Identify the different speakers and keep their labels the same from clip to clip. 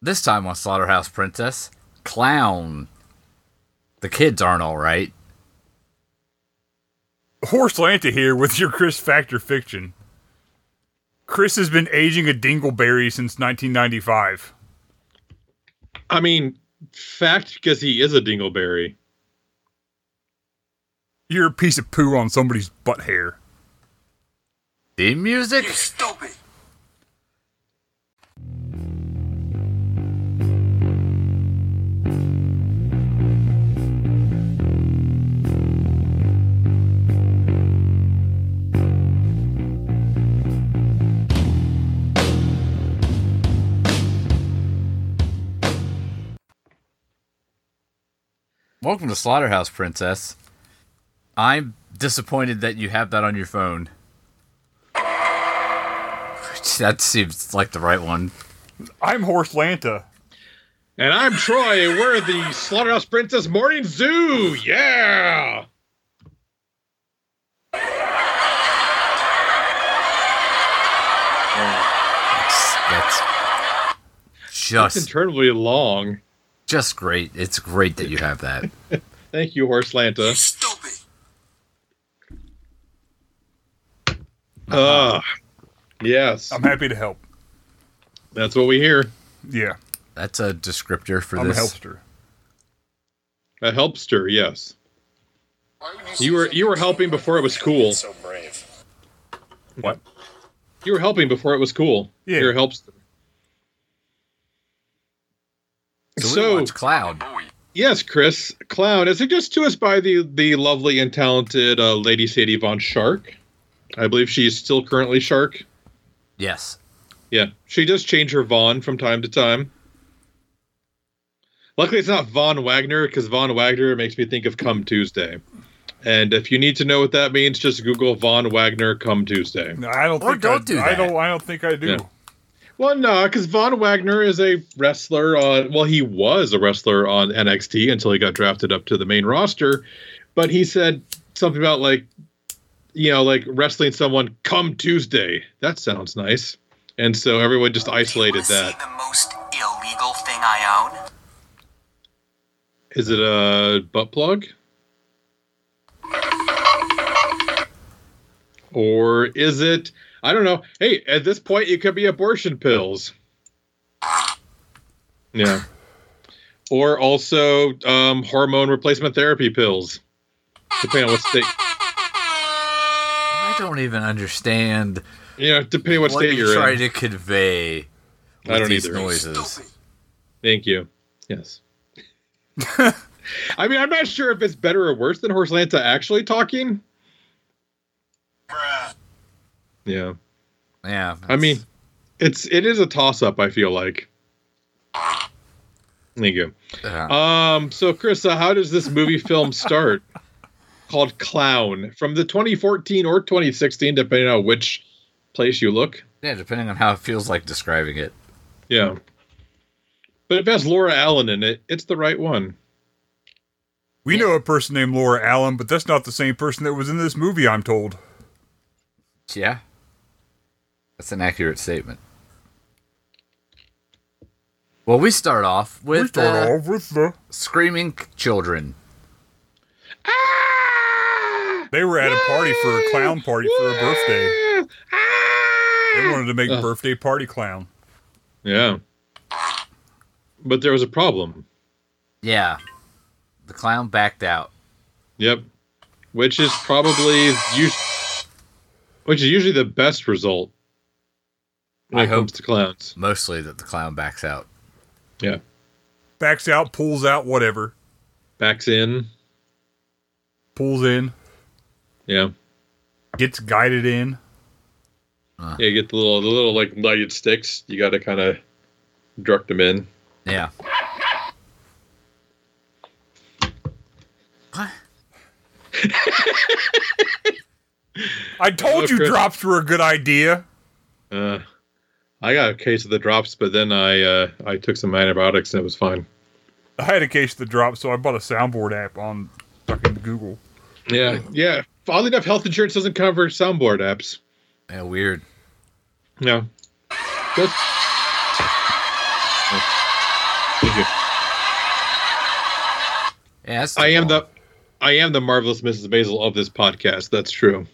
Speaker 1: This time on Slaughterhouse Princess, clown. The kids aren't all right.
Speaker 2: Horse Lanta here with your Chris Factor Fiction. Chris has been aging a dingleberry since 1995.
Speaker 3: I mean, fact, because he is a dingleberry.
Speaker 2: You're a piece of poo on somebody's butt hair.
Speaker 1: Theme music?
Speaker 4: stupid.
Speaker 1: Welcome to Slaughterhouse Princess. I'm disappointed that you have that on your phone. That seems like the right one.
Speaker 2: I'm Horse Lanta.
Speaker 3: And I'm Troy. and We're the Slaughterhouse Princess Morning Zoo. Yeah.
Speaker 1: That's, that's
Speaker 3: It's
Speaker 1: just
Speaker 3: interminably long.
Speaker 1: just great. It's great that you have that.
Speaker 3: Thank you, Horse Lanta.
Speaker 4: Stupid.
Speaker 3: Uh, yes,
Speaker 2: I'm happy to help.
Speaker 3: that's what we hear.
Speaker 2: Yeah,
Speaker 1: That's a descriptor for
Speaker 2: I'm
Speaker 1: this.
Speaker 2: a helpster.
Speaker 3: A helpster, yes. You were you were helping before it was cool.
Speaker 4: So brave.
Speaker 2: What?
Speaker 3: You were helping before it was cool.
Speaker 2: Yeah.
Speaker 3: You're a helpster.
Speaker 1: So, we
Speaker 3: So-
Speaker 1: watch Cloud.
Speaker 3: Yes, Chris Clown, as suggested to us by the the lovely and talented uh, Lady Sadie Von Shark. I believe she is still currently Shark.
Speaker 1: Yes.
Speaker 3: Yeah, she does change her Von from time to time. Luckily, it's not Von Wagner because Von Wagner makes me think of Come Tuesday. And if you need to know what that means, just Google Von Wagner Come Tuesday.
Speaker 2: No, I don't
Speaker 1: Or
Speaker 2: think
Speaker 1: don't
Speaker 2: I,
Speaker 1: do
Speaker 2: I
Speaker 1: that.
Speaker 2: don't. I don't think I do.
Speaker 3: Yeah. Well, no, because Von Wagner is a wrestler on. Well, he was a wrestler on NXT until he got drafted up to the main roster. But he said something about like, you know, like wrestling someone come Tuesday. That sounds nice. And so everyone just isolated
Speaker 4: See
Speaker 3: that.
Speaker 4: the most illegal thing I own?
Speaker 3: Is it a butt plug? Or is it? I don't know. Hey, at this point, it could be abortion pills. Yeah. Or also um, hormone replacement therapy pills, depending on what state.
Speaker 1: I don't even understand
Speaker 3: You know, depending what,
Speaker 1: what
Speaker 3: state
Speaker 1: you
Speaker 3: you're
Speaker 1: try
Speaker 3: in.
Speaker 1: to convey with
Speaker 3: I don't
Speaker 1: these
Speaker 3: either.
Speaker 1: noises.
Speaker 3: Thank you. Yes. I mean, I'm not sure if it's better or worse than Horse Lanta actually talking.
Speaker 4: Bruh.
Speaker 3: Yeah.
Speaker 1: Yeah.
Speaker 3: I mean, it's it is a toss up. I feel like. There you
Speaker 1: yeah.
Speaker 3: go. Um. So, Chris, uh, how does this movie film start? Called Clown from the 2014 or 2016, depending on which place you look.
Speaker 1: yeah, depending on how it feels like describing it.
Speaker 3: Yeah. But if it has Laura Allen in it, it's the right one.
Speaker 2: We know a person named Laura Allen, but that's not the same person that was in this movie. I'm told.
Speaker 1: Yeah. That's an accurate statement. Well, we start off with
Speaker 2: we start
Speaker 1: uh,
Speaker 2: off with the.
Speaker 1: screaming c- children.
Speaker 3: Ah!
Speaker 2: They were at a party for a clown party for a birthday. They wanted to make
Speaker 3: Ugh.
Speaker 2: birthday party clown.
Speaker 3: Yeah. But there was a problem.
Speaker 1: Yeah. The clown backed out.
Speaker 3: Yep. Which is probably us- which is usually the best result when
Speaker 1: I
Speaker 3: it comes
Speaker 1: hope.
Speaker 3: to clowns.
Speaker 1: Mostly that the clown backs out.
Speaker 3: Yeah.
Speaker 2: Backs out, pulls out, whatever.
Speaker 3: Backs in.
Speaker 2: Pulls in,
Speaker 3: Yeah.
Speaker 2: gets guided in.
Speaker 1: Ah.
Speaker 3: Yeah, you get the little the little like lighted sticks. You gotta kinda direct them in.
Speaker 1: Yeah. What?
Speaker 2: I told
Speaker 3: Hello,
Speaker 2: you
Speaker 3: Chris.
Speaker 2: drops were a good idea.
Speaker 3: Uh I got a case of the drops, but then I uh, I took some antibiotics and it was fine.
Speaker 2: I had a case of the drops, so I bought a soundboard app on fucking Google.
Speaker 3: Yeah, yeah. Oddly enough, health insurance doesn't cover soundboard apps.
Speaker 1: Yeah, weird.
Speaker 3: No. That's-
Speaker 1: Yeah, that's too
Speaker 3: I am
Speaker 1: long.
Speaker 3: the I am the marvelous Mrs. Basil of this podcast. That's true.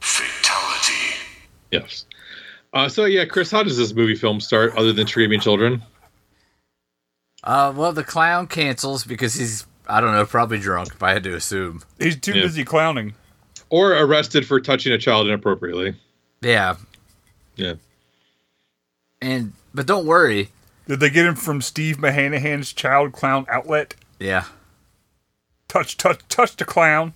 Speaker 4: Fatality.
Speaker 3: Yes. Uh, so yeah, Chris, how does this movie film start other than screaming children?
Speaker 1: Uh, well, the clown cancels because he's I don't know, probably drunk. If I had to assume.
Speaker 2: He's too
Speaker 3: Yeah.
Speaker 2: busy clowning.
Speaker 3: Or arrested for touching a child inappropriately.
Speaker 1: Yeah,
Speaker 3: Yeah.
Speaker 1: and but don't worry.
Speaker 2: Did they get him from Steve Mahanahan's Child Clown Outlet?
Speaker 1: Yeah,
Speaker 2: Touch, touch, touch the clown.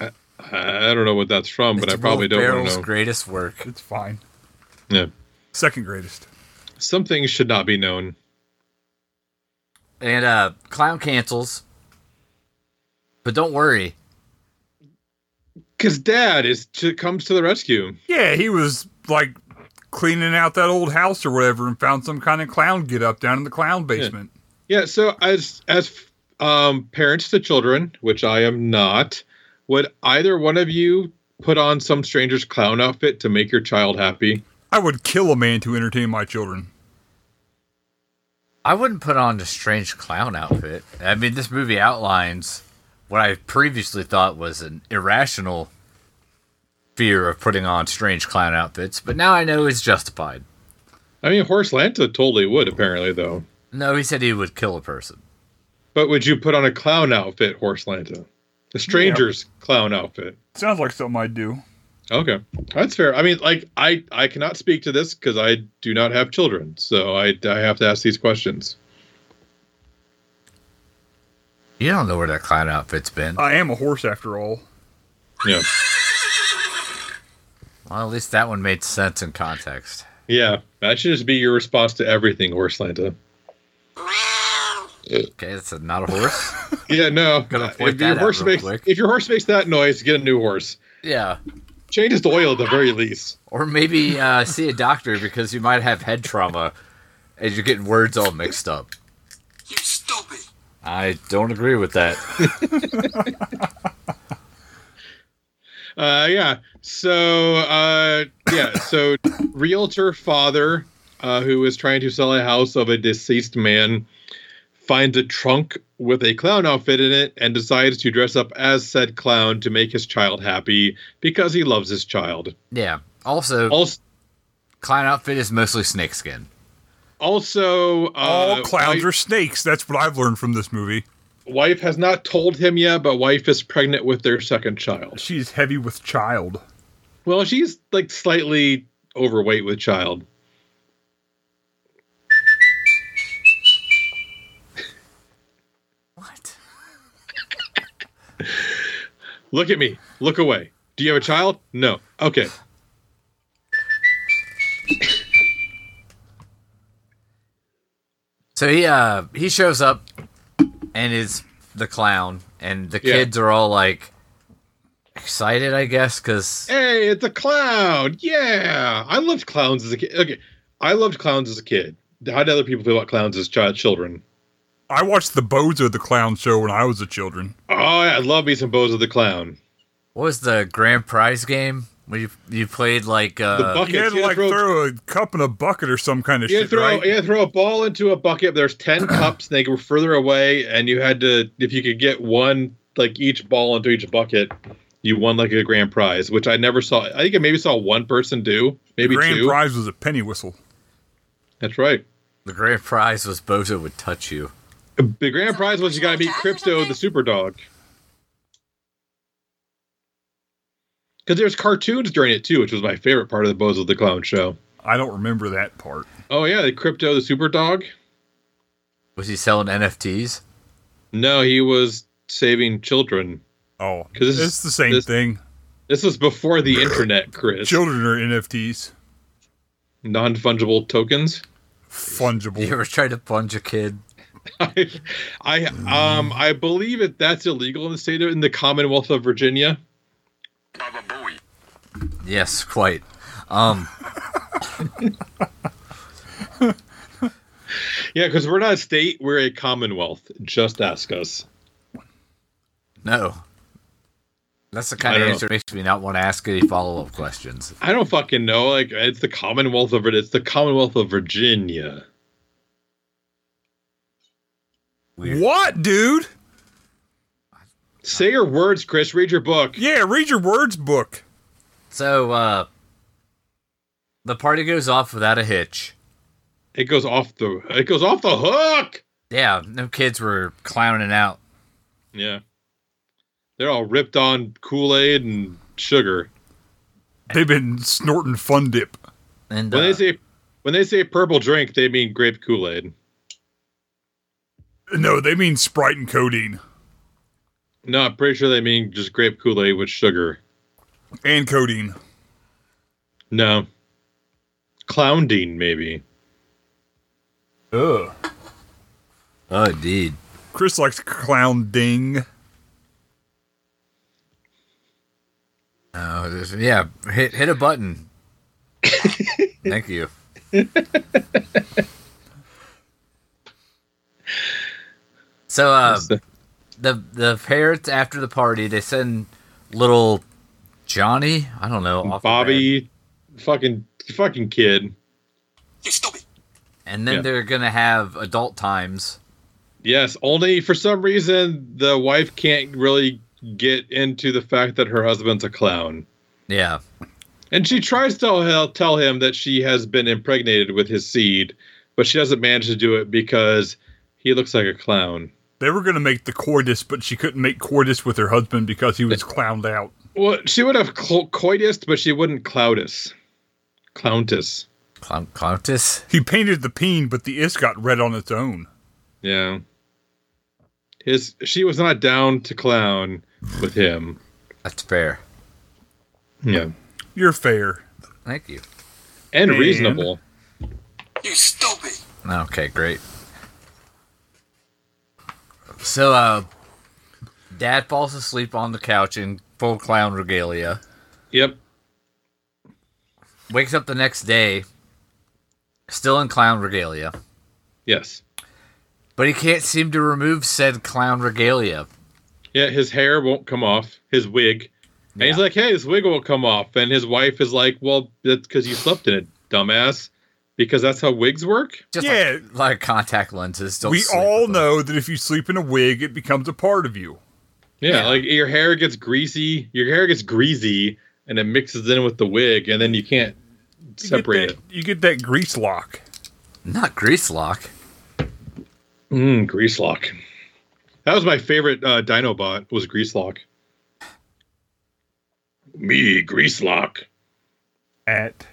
Speaker 3: I I don't know what that's from, but
Speaker 1: It's
Speaker 3: I probably
Speaker 1: Will
Speaker 3: don't want
Speaker 1: Ferrell's
Speaker 3: to know.
Speaker 1: greatest work.
Speaker 2: It's fine.
Speaker 3: yeah.
Speaker 2: Second greatest.
Speaker 3: Some things should not be known.
Speaker 1: And uh, clown cancels. But don't worry.
Speaker 3: Because Dad is to, comes to the rescue.
Speaker 2: Yeah, he was like cleaning out that old house or whatever and found some kind of clown get up down in the clown basement.
Speaker 3: Yeah. So as as um, parents to children, which I am not, would either one of you put on some stranger's clown outfit to make your child happy?
Speaker 2: I would kill a man to entertain my children.
Speaker 1: I wouldn't put on a strange clown outfit. I mean, this movie outlines what I previously thought was an irrational fear of putting on strange clown outfits, but now I know it's justified.
Speaker 3: I mean, Horace Lanta totally would apparently though.
Speaker 1: No, he said he would kill a person.
Speaker 3: But would you put on a clown outfit, Horace Lanta? A stranger's clown outfit.
Speaker 2: Sounds like something I'd do.
Speaker 3: Okay, that's fair. I mean, like I I cannot speak to this because I do not have children, so I I have to ask these questions.
Speaker 1: You don't know where that clown outfit's been.
Speaker 2: I am a horse after all.
Speaker 3: Yeah,
Speaker 1: Well, at least that one made sense in context.
Speaker 3: yeah. That should just be your response to everything, Horace Lanta.
Speaker 1: Okay, that's a, not a horse.
Speaker 3: Yeah, no.
Speaker 1: Gonna
Speaker 3: Uh,
Speaker 1: point
Speaker 3: If your
Speaker 1: that out
Speaker 3: horse
Speaker 1: real
Speaker 3: makes
Speaker 1: quick.
Speaker 3: if your horse makes that noise, get a new horse.
Speaker 1: yeah.
Speaker 3: Change his oil at the very least.
Speaker 1: Or maybe uh, see a doctor because you might have head trauma and you're getting words all mixed up.
Speaker 4: You stupid.
Speaker 1: I don't agree with that.
Speaker 3: Uh, yeah. So uh, yeah. So realtor father, uh, who is trying to sell a house of a deceased man, finds a trunk with a clown outfit in it and decides to dress up as said clown to make his child happy because he loves his child.
Speaker 1: Yeah. Also,
Speaker 3: Also,
Speaker 1: Clown outfit is mostly snakeskin.
Speaker 3: also uh,
Speaker 2: All clowns
Speaker 3: wife,
Speaker 2: are snakes. That's what I've learned from this movie.
Speaker 3: wife has not told him yet, but wife is pregnant with their second child.
Speaker 2: She's heavy with child.
Speaker 3: Well, she's like slightly overweight with child.
Speaker 1: What?
Speaker 3: Look at me. Look away. Do you have a child? No. Okay.
Speaker 1: So he uh he shows up and is the clown, and the
Speaker 3: Yeah.
Speaker 1: kids are all like excited, I guess, because
Speaker 3: Hey, it's a clown. Yeah. I loved clowns as a kid. Okay. I loved clowns as a kid. How did other people feel about clowns as child children?
Speaker 2: I watched the Bozo the Clown show when I was a children.
Speaker 3: Oh, yeah, I love me some Bozo the Clown.
Speaker 1: what was the grand prize game when you you played like
Speaker 3: The
Speaker 1: uh
Speaker 3: bucket.
Speaker 2: You had to like
Speaker 3: throw,
Speaker 2: throw a cup in a bucket or some kind of
Speaker 3: you had
Speaker 2: shit,
Speaker 3: to throw,
Speaker 2: right?
Speaker 3: you had to throw a ball into a bucket. There's 10 cups. They were further away, and you had to, if you could get one, like each ball into each bucket, you won like a grand prize, which I never saw. I think I maybe saw one person do, maybe
Speaker 2: Grand
Speaker 3: two.
Speaker 2: prize was a penny whistle.
Speaker 3: That's right.
Speaker 1: the grand prize was Bozo would touch you.
Speaker 3: The grand prize was you got to beat Crypto the Super Dog. Because there's cartoons during it too, which was my favorite part of the Bozo the Clown show.
Speaker 2: I don't remember that part.
Speaker 3: Oh yeah, the Crypto the Super Dog.
Speaker 1: Was he selling NFTs?
Speaker 3: No, he was saving children.
Speaker 2: Oh,
Speaker 3: 'Cause this
Speaker 2: it's
Speaker 3: is-
Speaker 2: the same
Speaker 3: this-
Speaker 2: thing.
Speaker 3: This was before the internet, Chris.
Speaker 2: Children are NFTs,
Speaker 3: Non fungible tokens.
Speaker 1: You
Speaker 2: fungible.
Speaker 1: ever tried to punch a kid?
Speaker 3: I, I um I believe that that's illegal in the state of in the Commonwealth of Virginia.
Speaker 4: Baba Booey.
Speaker 1: Yes, quite. Um,
Speaker 3: Yeah, because we're not a state, we're a Commonwealth. Just ask us.
Speaker 1: no. That's the kind
Speaker 3: I
Speaker 1: of
Speaker 3: don't
Speaker 1: answer that makes me not want to ask any follow up questions.
Speaker 3: I don't fucking know. Like it's the Commonwealth of it's the Commonwealth of Virginia.
Speaker 1: Weird.
Speaker 2: What, dude?
Speaker 3: Say your words, Chris. Read your book.
Speaker 2: Yeah, read your words book.
Speaker 1: So uh the party goes off without a hitch.
Speaker 3: It goes off the it goes off the hook.
Speaker 1: Yeah, no kids were clowning out.
Speaker 3: Yeah. They're all ripped on Kool-Aid and sugar.
Speaker 2: They've been snorting fun dip.
Speaker 1: And
Speaker 3: When
Speaker 1: uh,
Speaker 3: they say when they say purple drink, they mean grape Kool-Aid.
Speaker 2: No, they mean Sprite and codeine
Speaker 3: No, I'm pretty sure they mean just grape Kool-Aid with sugar.
Speaker 2: and codeine.
Speaker 3: No. Clowndine, maybe.
Speaker 1: uh,
Speaker 2: Ugh.
Speaker 1: oh, indeed.
Speaker 2: Chris likes clown ding.
Speaker 1: Oh, this- yeah, hit hit a button. Thank you. so uh, the the parents after the party, they send little Johnny, I don't know, off the bed,
Speaker 3: Bobby fucking fucking kid.
Speaker 4: You stupid.
Speaker 1: and then
Speaker 3: yeah.
Speaker 1: they're gonna have adult times.
Speaker 3: Yes, only for some reason the wife can't really get into the fact that her husband's a clown.
Speaker 1: Yeah,
Speaker 3: And she tries to tell- tell him that she has been impregnated with his seed, but she doesn't manage to do it because he looks like a clown.
Speaker 2: They were gonna make the cordis, but she couldn't make cordis with her husband because he was clowned out.
Speaker 3: Well, she would have cl- coitus, but she wouldn't cloudus. Clowntus.
Speaker 1: Clown Clowntis.
Speaker 2: He painted the peen, but the is got red on its own.
Speaker 3: Yeah. His she was not down to clown with him.
Speaker 1: That's fair.
Speaker 3: Yeah.
Speaker 2: You're fair.
Speaker 1: Thank you.
Speaker 3: And
Speaker 2: Man.
Speaker 3: reasonable.
Speaker 4: You stupid.
Speaker 1: Okay, great. So, uh, Dad falls asleep on the couch in full clown regalia.
Speaker 3: Yep.
Speaker 1: Wakes up the next day, still in clown regalia,
Speaker 3: Yes.
Speaker 1: but he can't seem to remove said clown regalia.
Speaker 3: Yeah, his hair won't come off, his wig. And he's
Speaker 1: Yeah.
Speaker 3: like, hey, his wig won't come off. And his wife is like, well, that's because you slept in it, dumbass. Because that's how wigs work?
Speaker 1: Just
Speaker 2: Yeah.
Speaker 1: like, like contact lenses. Don't
Speaker 2: we
Speaker 1: sleep
Speaker 2: all
Speaker 1: with them.
Speaker 2: know that if you sleep in a wig, it becomes a part of you.
Speaker 3: Yeah,
Speaker 1: Yeah.
Speaker 3: like your hair gets greasy. Your hair gets greasy and it mixes in with the wig, and then you can't
Speaker 2: You
Speaker 3: separate
Speaker 2: get that, You get that grease lock.
Speaker 1: Not grease lock.
Speaker 3: it. Mm, grease lock. That was my favorite uh, Dinobot was grease lock. Me grease lock.
Speaker 2: at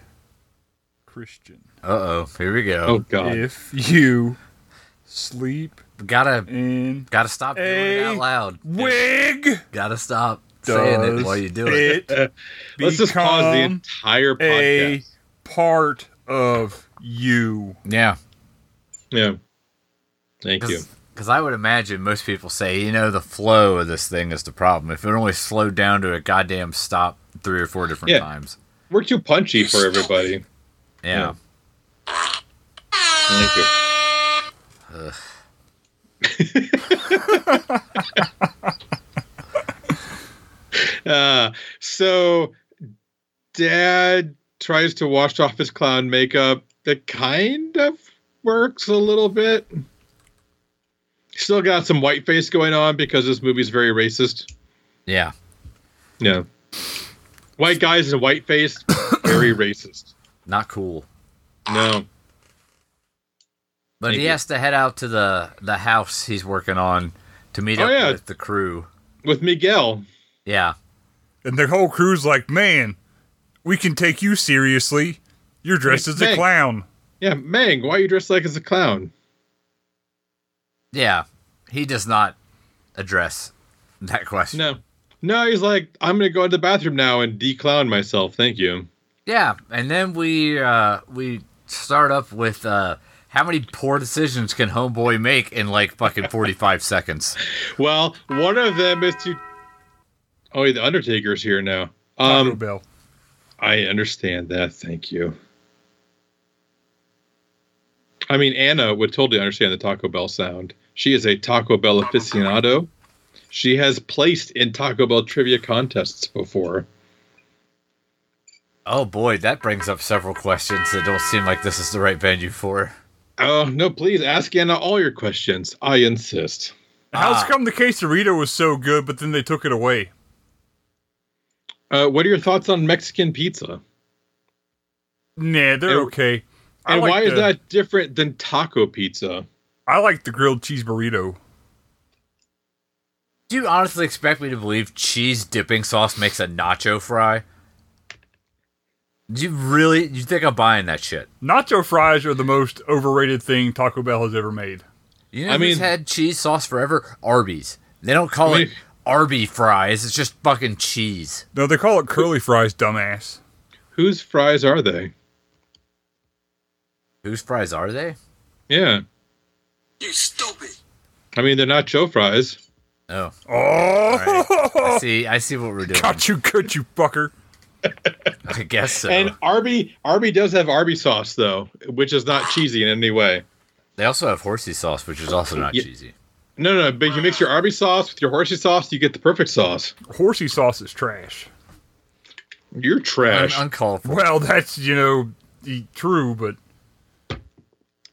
Speaker 2: Christian.
Speaker 1: Uh oh. Here we
Speaker 3: Oh
Speaker 1: go.
Speaker 3: god.
Speaker 2: If you sleep
Speaker 1: Gotta
Speaker 2: in
Speaker 1: gotta stop doing it
Speaker 2: Hey.
Speaker 1: out loud.
Speaker 2: wig,
Speaker 1: Gotta stop saying it while you do it.
Speaker 3: Let's just pause the
Speaker 2: become
Speaker 3: entire
Speaker 2: a
Speaker 3: podcast.
Speaker 2: part of you.
Speaker 1: Yeah.
Speaker 3: Yeah. Thank you.
Speaker 1: Because I would imagine most people say, you know, the flow of this thing is the problem. If it only slowed down to a goddamn stop three or four different
Speaker 3: Yeah.
Speaker 1: times.
Speaker 3: We're too punchy for everybody.
Speaker 1: Yeah.
Speaker 3: Thank you. uh, so, Dad tries to wash off his clown makeup. That kind of works a little bit. Still got some white face going on because this movie's very racist.
Speaker 1: Yeah.
Speaker 3: Yeah. White guys in white face, very racist.
Speaker 1: Not cool.
Speaker 3: No.
Speaker 1: But
Speaker 3: Thank
Speaker 1: he
Speaker 3: you.
Speaker 1: has to head out to the, the house he's working on to meet
Speaker 3: Oh,
Speaker 1: up
Speaker 3: yeah.
Speaker 1: with the crew.
Speaker 3: With Miguel.
Speaker 1: Yeah.
Speaker 2: And their whole crew's like, man, we can take you seriously. You're dressed as a
Speaker 3: Hey.
Speaker 2: clown.
Speaker 3: Yeah, Mang, why are you dressed like as a clown?
Speaker 1: Yeah. He does not address that question.
Speaker 3: No. No, he's like, I'm gonna go to the bathroom now and declown myself. Thank you.
Speaker 1: Yeah. And then we uh, we start up with uh, how many poor decisions can Homeboy make in like fucking 45 seconds?
Speaker 3: Well, one of them is to. Oh, wait, the Undertaker's here now.
Speaker 2: Taco
Speaker 3: Um,
Speaker 2: Bell.
Speaker 3: I understand that. Thank you. I mean, Anna would totally understand the Taco Bell sound. She is a Taco Bell aficionado. She has placed in Taco Bell trivia contests before.
Speaker 1: Oh boy, that brings up several questions that don't seem like this is the right venue for.
Speaker 3: Oh, no, please ask Anna all your questions. I insist.
Speaker 2: How's come the quesarito was so good, but then they took it away?
Speaker 3: Uh, what are your thoughts on Mexican pizza?
Speaker 2: Nah, they're
Speaker 3: It-
Speaker 2: okay. I
Speaker 3: And
Speaker 2: like
Speaker 3: why is
Speaker 2: the-
Speaker 3: that different than taco pizza?
Speaker 2: I like the grilled cheese burrito.
Speaker 1: Do you honestly expect me to believe cheese dipping sauce makes a nacho fry? Do you really? You think I'm buying that shit?
Speaker 2: Nacho fries are the most overrated thing Taco Bell has ever made.
Speaker 1: You know,
Speaker 3: I
Speaker 1: who's
Speaker 3: mean-
Speaker 1: had cheese sauce forever? Arby's. They don't call
Speaker 3: I
Speaker 1: it
Speaker 3: mean-
Speaker 1: Arby fries. It's just fucking cheese.
Speaker 2: No, they call it curly fries, dumbass.
Speaker 3: Whose fries are they?
Speaker 1: Whose fries are they?
Speaker 3: Yeah.
Speaker 4: You stupid.
Speaker 3: I mean, they're not Joe fries.
Speaker 1: Oh,
Speaker 2: Oh,
Speaker 1: I see. I see what we're doing.
Speaker 2: got you good, you fucker.
Speaker 1: I guess so.
Speaker 3: And Arby Arby does have Arby sauce though, which is not cheesy in any way.
Speaker 1: they also have horsey sauce, which is also not
Speaker 3: Yeah.
Speaker 1: cheesy.
Speaker 3: No, no, but you mix your Arby sauce with your horsey sauce, you get the perfect sauce.
Speaker 2: Horsey sauce is trash.
Speaker 3: You're
Speaker 1: Un-
Speaker 3: trash.
Speaker 1: uncalled for.
Speaker 2: Well, that's you know e- true, but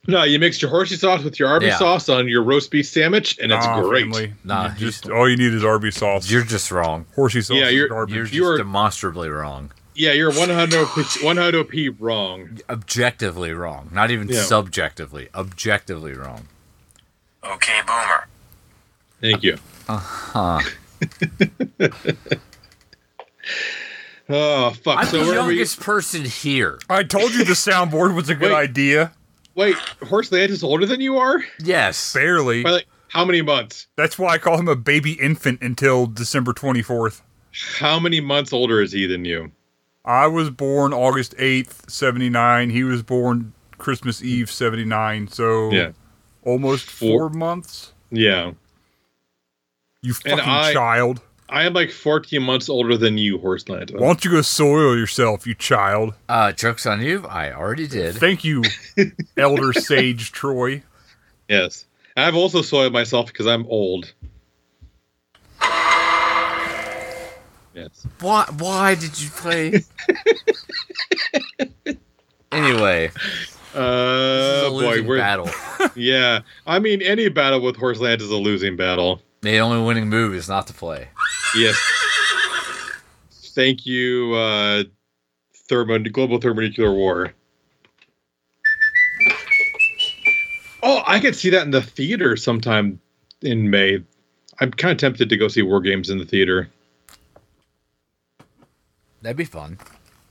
Speaker 3: no, you mix your horsey sauce with your Arby
Speaker 1: Yeah.
Speaker 3: sauce on your roast beef sandwich, and it's
Speaker 2: nah,
Speaker 3: great.
Speaker 2: family.
Speaker 1: Nah,
Speaker 2: You
Speaker 1: you
Speaker 2: just all you need is Arby's sauce.
Speaker 1: You're just wrong.
Speaker 2: Horsey sauce
Speaker 3: Yeah,
Speaker 2: is
Speaker 3: you're-
Speaker 2: garbage.
Speaker 1: You're just
Speaker 3: You are-
Speaker 1: demonstrably wrong.
Speaker 3: Yeah, you're 100 p wrong.
Speaker 1: Objectively wrong. Not even
Speaker 3: Yeah.
Speaker 1: subjectively. Objectively wrong.
Speaker 4: Okay, boomer.
Speaker 3: Thank you.
Speaker 1: Huh.
Speaker 3: Oh fuck!
Speaker 1: I'm
Speaker 3: so
Speaker 1: the
Speaker 3: where are we?
Speaker 1: youngest person here.
Speaker 2: I told you the soundboard was a good
Speaker 3: Wait.
Speaker 2: idea.
Speaker 3: Wait, Horse Lance is older than you are?
Speaker 1: Yes.
Speaker 2: Barely.
Speaker 3: By like how many months?
Speaker 2: That's why I call him a baby infant until December 24th.
Speaker 3: How many months older is he than you?
Speaker 2: I was born August 8th, 79. He was born Christmas Eve, 79. So
Speaker 3: Yeah,
Speaker 2: almost four,
Speaker 3: Four-
Speaker 2: months.
Speaker 3: yeah.
Speaker 2: You
Speaker 3: And
Speaker 2: fucking
Speaker 3: I-
Speaker 2: child.
Speaker 3: I am like 14 months older than you, Horse Lance.
Speaker 2: Why don't you go soil yourself, you child?
Speaker 1: Uh, joke's on you. I already did.
Speaker 2: Thank you, Elder Sage Troy.
Speaker 3: Yes. I've also soiled myself because I'm old. Yes.
Speaker 1: Why? Why did you play? anyway, this is
Speaker 3: Uh,
Speaker 1: a
Speaker 3: boy,
Speaker 1: losing
Speaker 3: we're
Speaker 1: battle.
Speaker 3: yeah. I mean, any battle with Horse Lance is a losing battle.
Speaker 1: The only winning move is not to play.
Speaker 3: Yes. Thank you, uh, thermo global thermonuclear war. Oh, I could see that in the theater sometime in May. I'm kind of tempted to go see war games in the theater.
Speaker 1: That'd be fun.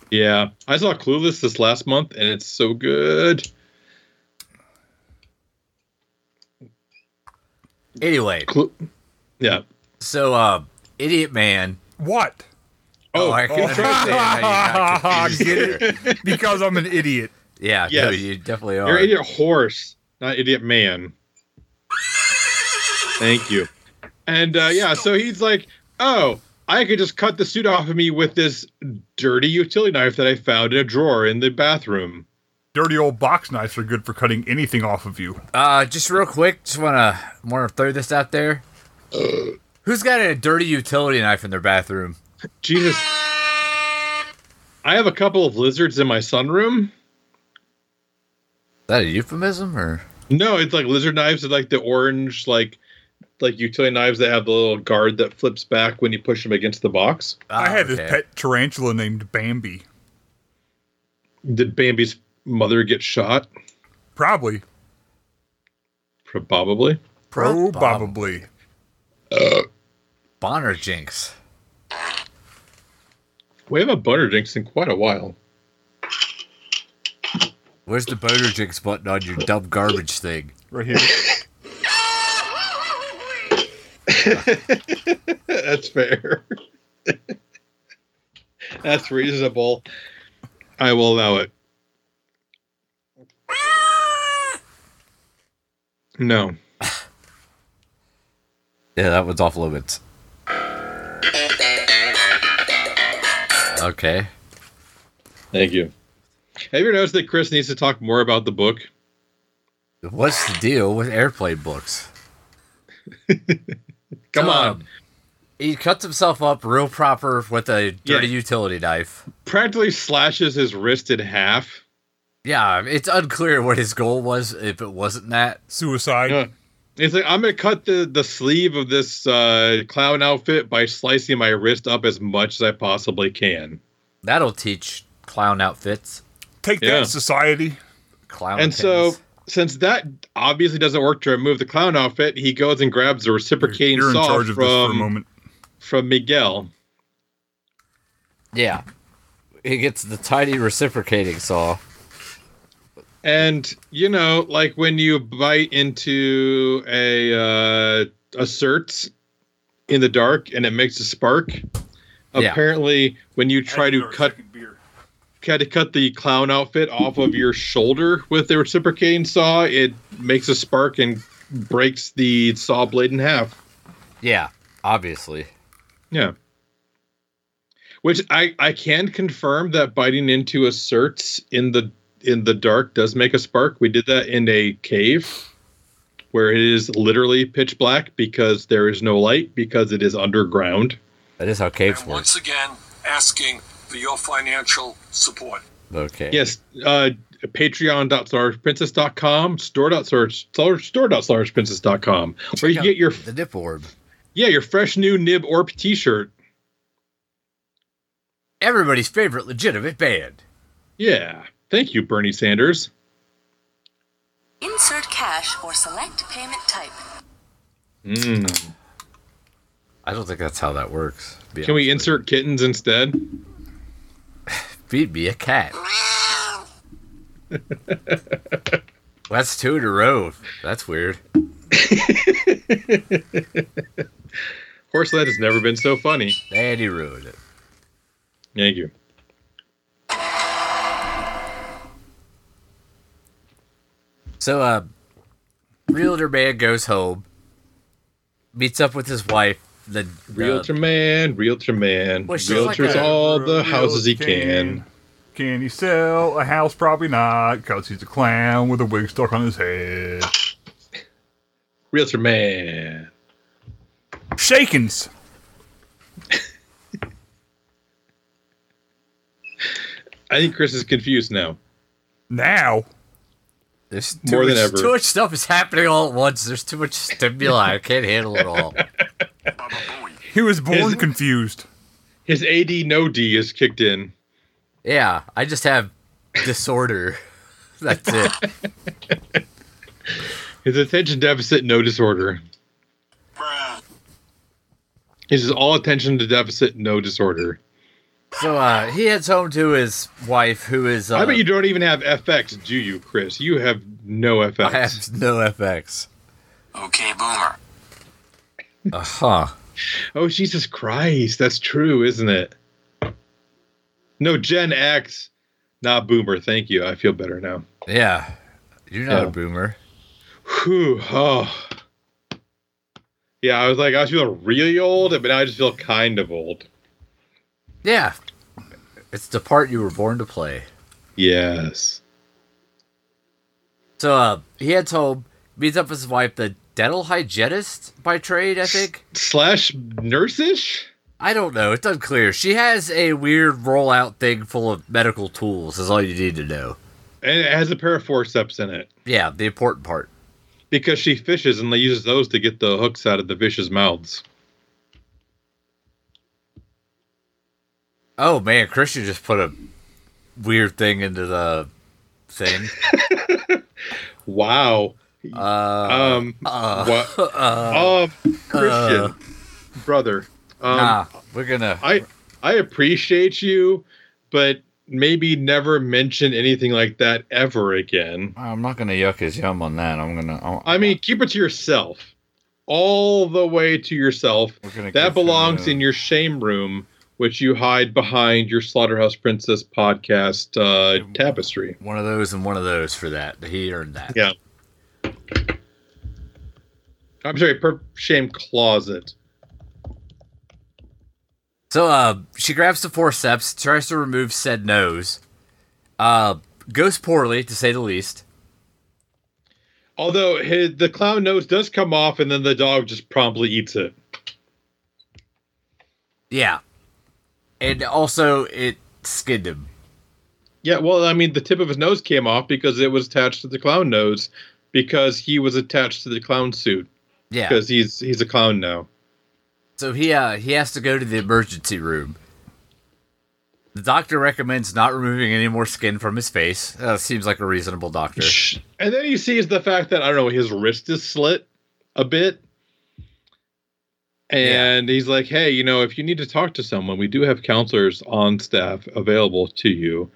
Speaker 3: Yeah, I saw Clueless this last month, and it's so good.
Speaker 1: Anyway,
Speaker 3: Clu- yeah.
Speaker 1: so uh, idiot man.
Speaker 2: What?
Speaker 1: Oh,
Speaker 3: Oh,
Speaker 1: I can
Speaker 2: oh.
Speaker 1: understand how you got confused. there.
Speaker 2: Because I'm an idiot.
Speaker 1: Yeah, no,
Speaker 3: Yes.
Speaker 1: you definitely are.
Speaker 3: you're idiot horse, not idiot man. Thank you. And uh, yeah, so he's like, "Oh, I could just cut the suit off of me with this dirty utility knife that I found in a drawer in the bathroom."
Speaker 2: Dirty old box knives are good for cutting anything off of you.
Speaker 1: Uh, just real quick, just wanna wanna throw this out there.
Speaker 3: Uh.
Speaker 1: Who's got a dirty utility knife in their bathroom?
Speaker 3: Jesus. I have a couple of lizards in my sunroom.
Speaker 1: Is that a euphemism or?
Speaker 3: No, it's like lizard knives are like the orange, like like utility knives that have the little guard that flips back when you push them against the box.
Speaker 2: I
Speaker 1: Ah,
Speaker 2: had
Speaker 1: okay.
Speaker 2: this pet tarantula named Bambi.
Speaker 3: Did Bambi's mother get shot?
Speaker 2: Probably.
Speaker 3: Probably.
Speaker 1: Probably.
Speaker 2: Probably.
Speaker 1: Bonner Jinx.
Speaker 3: We haven't butter drinks in quite a while.
Speaker 1: Where's the boner Jinx button on your dumb garbage thing?
Speaker 2: Right here.
Speaker 3: That's fair. That's reasonable. I will allow it. No.
Speaker 1: Yeah, that one's off limits. Okay.
Speaker 3: Thank you. Have you noticed that Chris needs to talk more about the book?
Speaker 1: What's the deal with airplane books?
Speaker 3: Come on.
Speaker 1: Um, He cuts himself up real proper with a dirty
Speaker 3: Yeah.
Speaker 1: utility knife.
Speaker 3: Practically slashes his wrist in half.
Speaker 1: Yeah, it's unclear what his goal was if it wasn't that.
Speaker 2: Suicide.
Speaker 3: Yeah. He's like, I'm gonna cut the the sleeve of this uh, clown outfit by slicing my wrist up as much as I possibly can.
Speaker 1: That'll teach clown outfits.
Speaker 2: Take
Speaker 3: Yeah.
Speaker 2: that, society.
Speaker 1: Clown
Speaker 3: and so,
Speaker 1: pins.
Speaker 3: since that obviously doesn't work to remove the clown outfit, he goes and grabs the reciprocating
Speaker 2: You're in
Speaker 3: saw
Speaker 2: charge of this for a
Speaker 3: from
Speaker 2: moment.
Speaker 3: from Miguel.
Speaker 1: Yeah. He gets the tiny reciprocating saw.
Speaker 3: And you know, like when you bite into a uh, a cert in the dark and it makes a spark.
Speaker 1: Yeah.
Speaker 3: Apparently, when you try to cut had to cut the clown outfit off of your shoulder with the reciprocating saw, it makes a spark and breaks the saw blade in half.
Speaker 1: Yeah, obviously.
Speaker 3: Yeah. Which I I can confirm that biting into asserts in the in the dark does make a spark. We did that in a cave where it is literally pitch black because there is no light because it is underground.
Speaker 1: That is how caves
Speaker 4: And
Speaker 1: work.
Speaker 4: once again, asking for your financial support.
Speaker 1: Okay.
Speaker 3: Yes, uh patreon.starprincess.com, store.search store.starprincess.com where
Speaker 1: Check
Speaker 3: you can
Speaker 1: out
Speaker 3: get your
Speaker 1: the dip orb.
Speaker 3: yeah, your fresh new nib orp t-shirt.
Speaker 1: Everybody's favorite legitimate band.
Speaker 3: Yeah. Thank you Bernie Sanders.
Speaker 5: Insert cash or select payment type.
Speaker 3: Mm.
Speaker 1: I don't think that's how that works. to be
Speaker 3: Can we
Speaker 1: honest with
Speaker 3: insert kittens instead?
Speaker 1: you. Feed me a cat. That's two in a row. That's weird.
Speaker 3: Horse that has never been so funny.
Speaker 1: And he ruined it.
Speaker 3: Thank you.
Speaker 1: So, uh, realtor man goes home, meets up with his wife. The the-
Speaker 3: Realtor man, realtor man,
Speaker 1: Well, she's like
Speaker 3: realtors
Speaker 1: a-
Speaker 3: all the houses he can.
Speaker 2: Can he sell a house? Probably not, because he's a clown with a wig stuck on his head.
Speaker 3: Realtor man.
Speaker 2: Shakens.
Speaker 3: I think Chris is confused now.
Speaker 2: Now,
Speaker 1: There's too
Speaker 3: More
Speaker 1: much,
Speaker 3: than ever.
Speaker 1: Too much stuff is happening all at once. There's too much stimuli. I can't handle it all.
Speaker 2: he was born
Speaker 3: Is-
Speaker 2: confused.
Speaker 3: His AD no D is kicked in.
Speaker 1: Yeah, I just have disorder. That's it.
Speaker 3: His attention deficit no disorder.
Speaker 4: Bruh.
Speaker 3: His is all attention to deficit no disorder.
Speaker 1: So uh, he heads home to his wife, who is. Uh,
Speaker 3: I bet you don't even have FX, do you, Chris? You have no FX.
Speaker 1: I um, have no FX.
Speaker 4: Okay, boomer.
Speaker 1: Uh huh.
Speaker 3: Oh Jesus Christ, that's true, isn't it? No Gen X, not Boomer. Thank you. I feel better now.
Speaker 1: Yeah, you're not
Speaker 3: Yeah.
Speaker 1: a boomer.
Speaker 3: Whew, oh. Yeah, I was like, I was feeling really old, but now I just feel kind of old.
Speaker 1: Yeah, it's the part you were born to play.
Speaker 3: Yes.
Speaker 1: So uh, he heads home, meets up with his wife, the dental hygienist by trade, I think.
Speaker 3: Slash nursish?
Speaker 1: I don't know. It's unclear. She has a weird rollout thing full of medical tools. Is all you need to know.
Speaker 3: And it has a pair of forceps in it
Speaker 1: Yeah, the important part.
Speaker 3: because she fishes and uses those to get the hooks out of the fish's mouths.
Speaker 1: Oh man, Christian just put a weird thing into the thing.
Speaker 3: Wow.
Speaker 1: Uh,
Speaker 3: Um,
Speaker 1: uh,
Speaker 3: what?
Speaker 1: uh,
Speaker 3: um, Christian, brother. Um,
Speaker 1: nah, we're gonna.
Speaker 3: I I appreciate you, but maybe never mention anything like that ever again.
Speaker 1: I'm not gonna yuck his yum on that. I'm gonna. I'm,
Speaker 3: I mean, keep it to yourself. All the way to yourself.
Speaker 1: We're gonna uh, go
Speaker 3: That
Speaker 1: through
Speaker 3: belongs
Speaker 1: the-
Speaker 3: in your shame room, which you hide behind your Slaughterhouse Princess podcast uh, tapestry.
Speaker 1: one of those and one of those for that. He earned that.
Speaker 3: Yeah. I'm sorry, per- shame closet.
Speaker 1: So uh, she grabs the forceps, tries to remove said nose. Uh, goes poorly to say the least.
Speaker 3: Although his, the clown nose does come off, and then the dog just promptly eats it.
Speaker 1: Yeah, and also it skinned him.
Speaker 3: Yeah, well, I mean, the tip of his nose came off because it was attached to the clown nose because he was attached to the clown suit
Speaker 1: Yeah.
Speaker 3: because he's he's a clown now.
Speaker 1: So he uh, he has to go to the emergency room. The doctor recommends not removing any more skin from his face. Uh, seems like a reasonable doctor.
Speaker 3: And then he sees the fact that I don't know his wrist is slit a bit. And he's like, "Hey, you know, if you need to talk to someone, we do have counselors on staff available to you."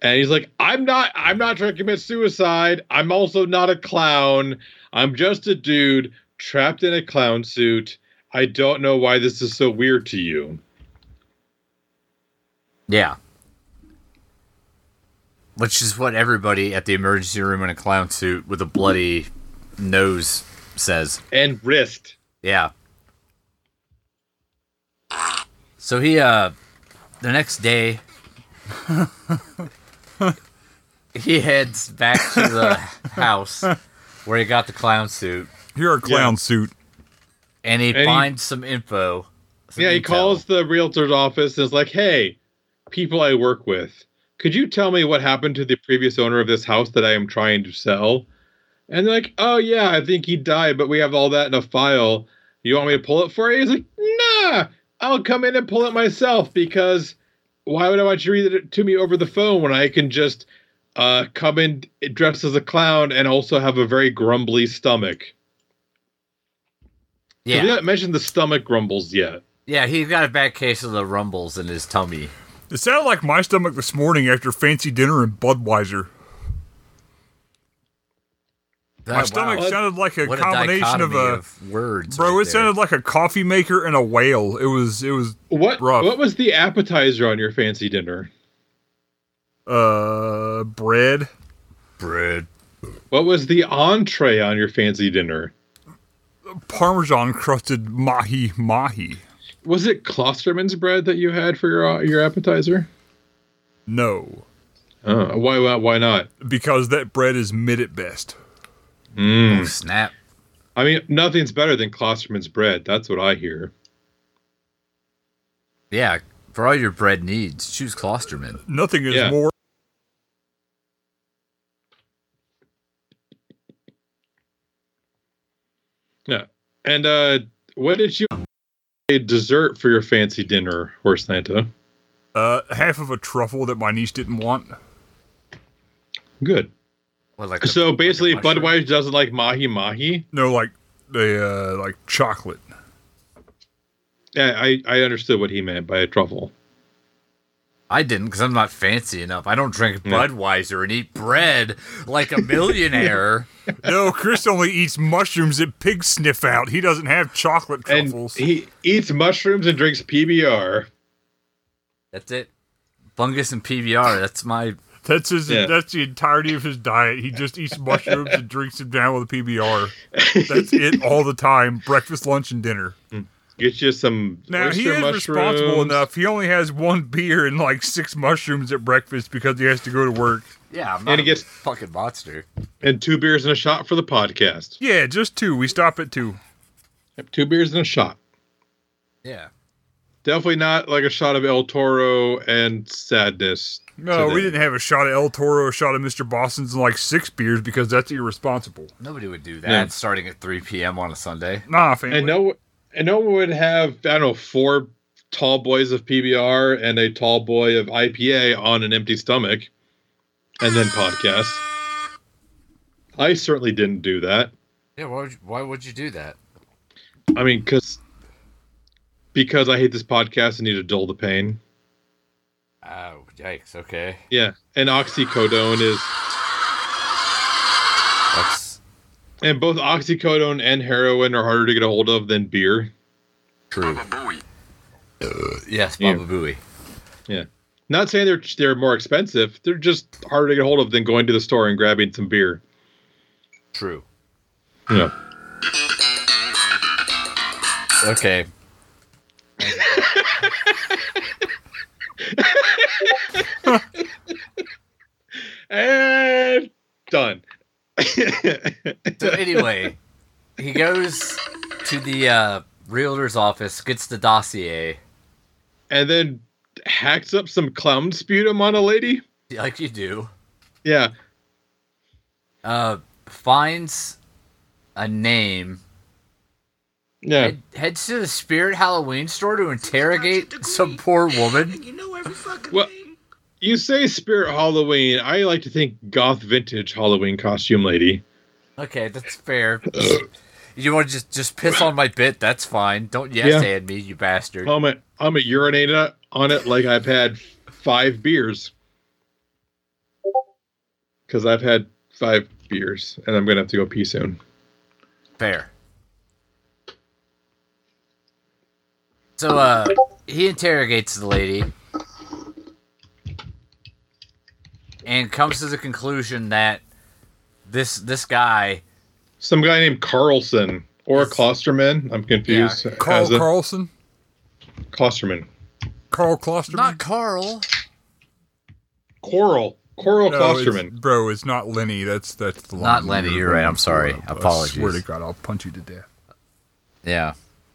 Speaker 3: And he's like, "I'm not I'm not trying to commit suicide. I'm also not a clown. I'm just a dude trapped in a clown suit. I don't know why this is so weird to you."
Speaker 1: Yeah. Which is what everybody at the emergency room in a clown suit with a bloody nose says.
Speaker 3: And wrist.
Speaker 1: Yeah. So he uh the next day he heads back to the house where he got the clown suit
Speaker 2: Here are clown suit.
Speaker 1: and he
Speaker 3: And he-
Speaker 1: finds some info. some
Speaker 3: Yeah, he
Speaker 1: intel.
Speaker 3: calls the realtor's office and is like, "Hey, people I work with, could you tell me what happened to the previous owner of this house that I am trying to sell?" And they're like, "Oh yeah, I think he died, but we have all that in a file. You want me to pull it for you?" He's like, "Nah, I'll come in and pull it myself because why would I want you to read it to me over the phone when I can just uh, come in dressed as a clown and also have a very grumbly stomach?" Yeah. We
Speaker 1: Yeah.
Speaker 3: haven't mentioned the stomach grumbles yet.
Speaker 1: Yeah, he's got a bad case of the rumbles in his tummy.
Speaker 2: It sounded like my stomach this morning after fancy dinner and Budweiser.
Speaker 1: Oh, wow.
Speaker 2: My stomach
Speaker 3: What-
Speaker 2: sounded like a
Speaker 1: What
Speaker 2: combination of
Speaker 1: dichotomy
Speaker 2: a
Speaker 1: of words.
Speaker 2: bro.
Speaker 1: right
Speaker 2: it
Speaker 1: there.
Speaker 2: sounded like a coffee maker and a whale. It was it was
Speaker 3: What
Speaker 2: Rough.
Speaker 3: what was the appetizer on your fancy dinner?
Speaker 2: uh bread.
Speaker 1: bread.
Speaker 3: What was the entree on your fancy dinner?
Speaker 2: Parmesan crusted mahi mahi.
Speaker 3: Was it Klosterman's bread that you had for your uh, your appetizer?
Speaker 2: No,
Speaker 3: Oh, why why why not?
Speaker 2: because that bread is mid at best.
Speaker 1: Oh, snap.
Speaker 3: Hmm. I mean, nothing's better than Klosterman's bread. That's what I hear.
Speaker 1: Yeah, for all your bread needs, choose Klosterman.
Speaker 2: Nothing is
Speaker 3: Yeah.
Speaker 2: more.
Speaker 3: Yeah. And uh, what did you a dessert for your fancy dinner, Horse Santa?
Speaker 2: Uh, half of a truffle that my niece didn't want.
Speaker 3: Good.
Speaker 1: Well, like
Speaker 3: So basically,
Speaker 1: like a mushroom.
Speaker 3: Budweiser doesn't like mahi mahi.
Speaker 2: No, like the uh, like chocolate.
Speaker 3: Yeah, I I understood what he meant by a truffle.
Speaker 1: I didn't because I'm not fancy enough. I don't drink
Speaker 3: Yeah.
Speaker 1: Budweiser and eat bread like a millionaire.
Speaker 2: No, Chris only eats mushrooms that pigs sniff out. He doesn't have chocolate
Speaker 3: And
Speaker 2: truffles.
Speaker 3: he eats mushrooms and drinks PBR.
Speaker 1: That's it. Fungus and PBR. That's my.
Speaker 2: that's his.
Speaker 3: Yeah.
Speaker 2: That's the entirety of his diet. He just eats mushrooms and drinks them down with a PBR. That's it all the time. Breakfast, lunch, and dinner.
Speaker 3: Get you some.
Speaker 2: Now he
Speaker 3: oyster
Speaker 2: is responsible
Speaker 3: mushrooms.
Speaker 2: enough. He only has one beer and like six mushrooms at breakfast because he has to go to work.
Speaker 1: Yeah, I'm not
Speaker 3: And
Speaker 1: a
Speaker 3: it gets-
Speaker 1: fucking monster.
Speaker 3: and two beers and a shot for the podcast.
Speaker 2: Yeah, just two. We stop at two.
Speaker 3: Yep, two beers and a shot.
Speaker 1: Yeah.
Speaker 3: Definitely not like a shot of El Toro and sadness.
Speaker 2: No,
Speaker 3: today.
Speaker 2: we didn't have a shot of El Toro, a shot of Mr. Boston's, and like six beers because that's irresponsible.
Speaker 1: Nobody would do that
Speaker 3: Yeah.
Speaker 1: starting at 3 p.m. on a Sunday.
Speaker 2: Nah, family.
Speaker 3: And no, and no one would have I don't know four tall boys of PBR and a tall boy of IPA on an empty stomach, and then podcast. I certainly didn't do that.
Speaker 1: Yeah, why would you, why would you do that?
Speaker 3: I mean, because because I hate this podcast and need to dull the pain.
Speaker 1: Oh, yikes. Okay.
Speaker 3: Yeah, and oxycodone is
Speaker 1: That's
Speaker 3: And both oxycodone and heroin are harder to get a hold of than beer.
Speaker 1: true.
Speaker 4: Baba
Speaker 1: Yes,
Speaker 3: Yeah.
Speaker 1: Baba Booey.
Speaker 3: Yeah. Not saying they're they're more expensive. They're just harder to get a hold of than going to the store and grabbing some beer.
Speaker 1: True.
Speaker 3: Yeah.
Speaker 1: Okay.
Speaker 3: And done.
Speaker 1: So anyway, he goes to the uh, realtor's office, gets the dossier,
Speaker 3: and then hacks up some clown sputum on a lady.
Speaker 1: like you do.
Speaker 3: Yeah.
Speaker 1: Uh, finds a name,
Speaker 3: Yeah.
Speaker 1: head, heads to the Spirit Halloween store to interrogate some poor woman.
Speaker 6: You know every fucking
Speaker 3: Well-
Speaker 6: thing.
Speaker 3: You say Spirit Halloween. I like to think goth vintage Halloween costume lady.
Speaker 1: Okay, that's fair. You want to just just piss on my bit? That's fine. Don't yes
Speaker 3: Yeah.
Speaker 1: and me, you bastard.
Speaker 3: I'm a, I'm a urinator on it like I've had five beers. Because I've had five beers and I'm going to have to go pee soon.
Speaker 1: Fair. So uh he interrogates the lady and comes to the conclusion that this this guy
Speaker 3: Some guy named Carlson or
Speaker 1: Yes.
Speaker 3: Klosterman. I'm confused.
Speaker 2: Carl
Speaker 3: As a-
Speaker 2: Carlson?
Speaker 3: Klosterman.
Speaker 2: Carl Klosterman?
Speaker 1: not Carl
Speaker 3: Coral. Coral
Speaker 2: No, it's-
Speaker 3: Klosterman.
Speaker 2: bro, it's not Lenny. That's that's the
Speaker 1: Not
Speaker 2: line
Speaker 1: Lenny,
Speaker 2: we were
Speaker 1: you're right,
Speaker 2: going
Speaker 1: I'm sorry.
Speaker 2: for.
Speaker 1: Apologies.
Speaker 2: I swear to God, I'll punch you to death.
Speaker 1: Yeah.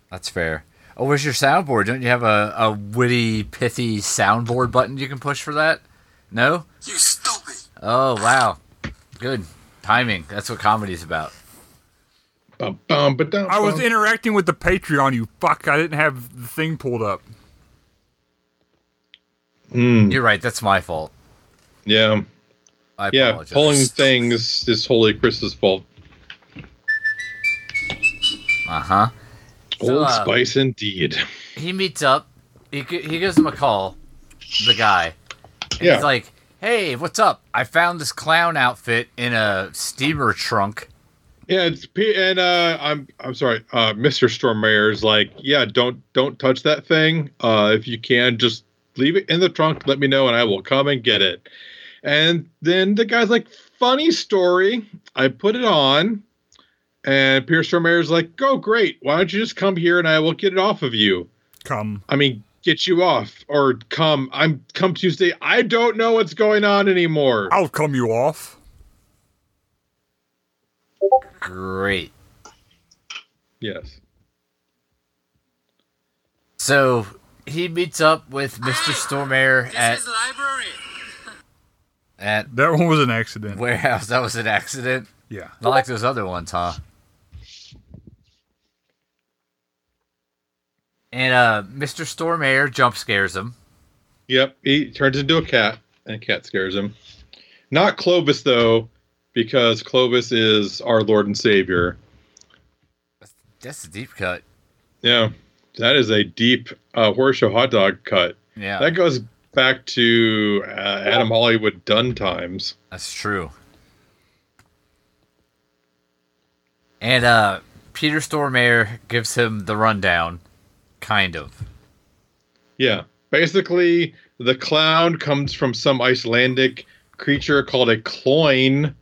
Speaker 1: That's fair. Oh, where's your soundboard? Don't you have a, a witty, pithy soundboard button you can push for that? No?
Speaker 4: You stupid.
Speaker 1: Oh wow. Good. Timing. That's what comedy's about.
Speaker 3: Bum, bum, ba-dum,
Speaker 2: I was
Speaker 3: bum.
Speaker 2: interacting with the Patreon. You fuck! I didn't have the thing pulled up.
Speaker 3: Hmm.
Speaker 1: You're right, that's my fault.
Speaker 3: Yeah.
Speaker 1: I
Speaker 3: Yeah.
Speaker 2: Oh,
Speaker 1: apologize.
Speaker 3: Pulling things is wholly Chris's fault.
Speaker 1: Uh-huh. So,
Speaker 3: Old
Speaker 1: uh,
Speaker 3: Spice indeed.
Speaker 1: he meets up. He, g- he gives him a call, the guy. And
Speaker 3: Yeah.
Speaker 1: He's like, hey, what's up? I found this clown outfit in a steamer trunk.
Speaker 3: Yeah, it's P- and uh, I'm I'm sorry, uh, Mr. Stormare is like, yeah, don't don't touch that thing. Uh, if you can, just leave it in the trunk. Let me know, and I will come and get it. And then the guy's like, funny story. I put it on, and Pierce Stormare is like, oh great, why don't you just come here and I will get it off of you.
Speaker 2: Come,
Speaker 3: I mean, get you off or come. I'm come Tuesday. I don't know what's going on anymore.
Speaker 2: I'll come you off.
Speaker 1: Great.
Speaker 3: Yes.
Speaker 1: So he meets up with Mr. Stormare at,
Speaker 6: This is library.
Speaker 1: at
Speaker 2: That one was an accident.
Speaker 1: warehouse. That was an accident.
Speaker 2: Yeah,
Speaker 1: Not like those other ones, huh? And uh, Mr. Stormare jump scares him.
Speaker 3: Yep, he turns into a cat, and a cat scares him. Not Clovis though, because Clovis is our Lord and Savior.
Speaker 1: That's a deep cut.
Speaker 3: Yeah, that is a deep uh, horse-show hot dog cut.
Speaker 1: Yeah,
Speaker 3: That goes back to uh, Adam Hollywood Dunn times.
Speaker 1: That's true. And uh Peter Stormare gives him the rundown, kind of.
Speaker 3: Yeah, basically the clown comes from some Icelandic creature called a cloyne,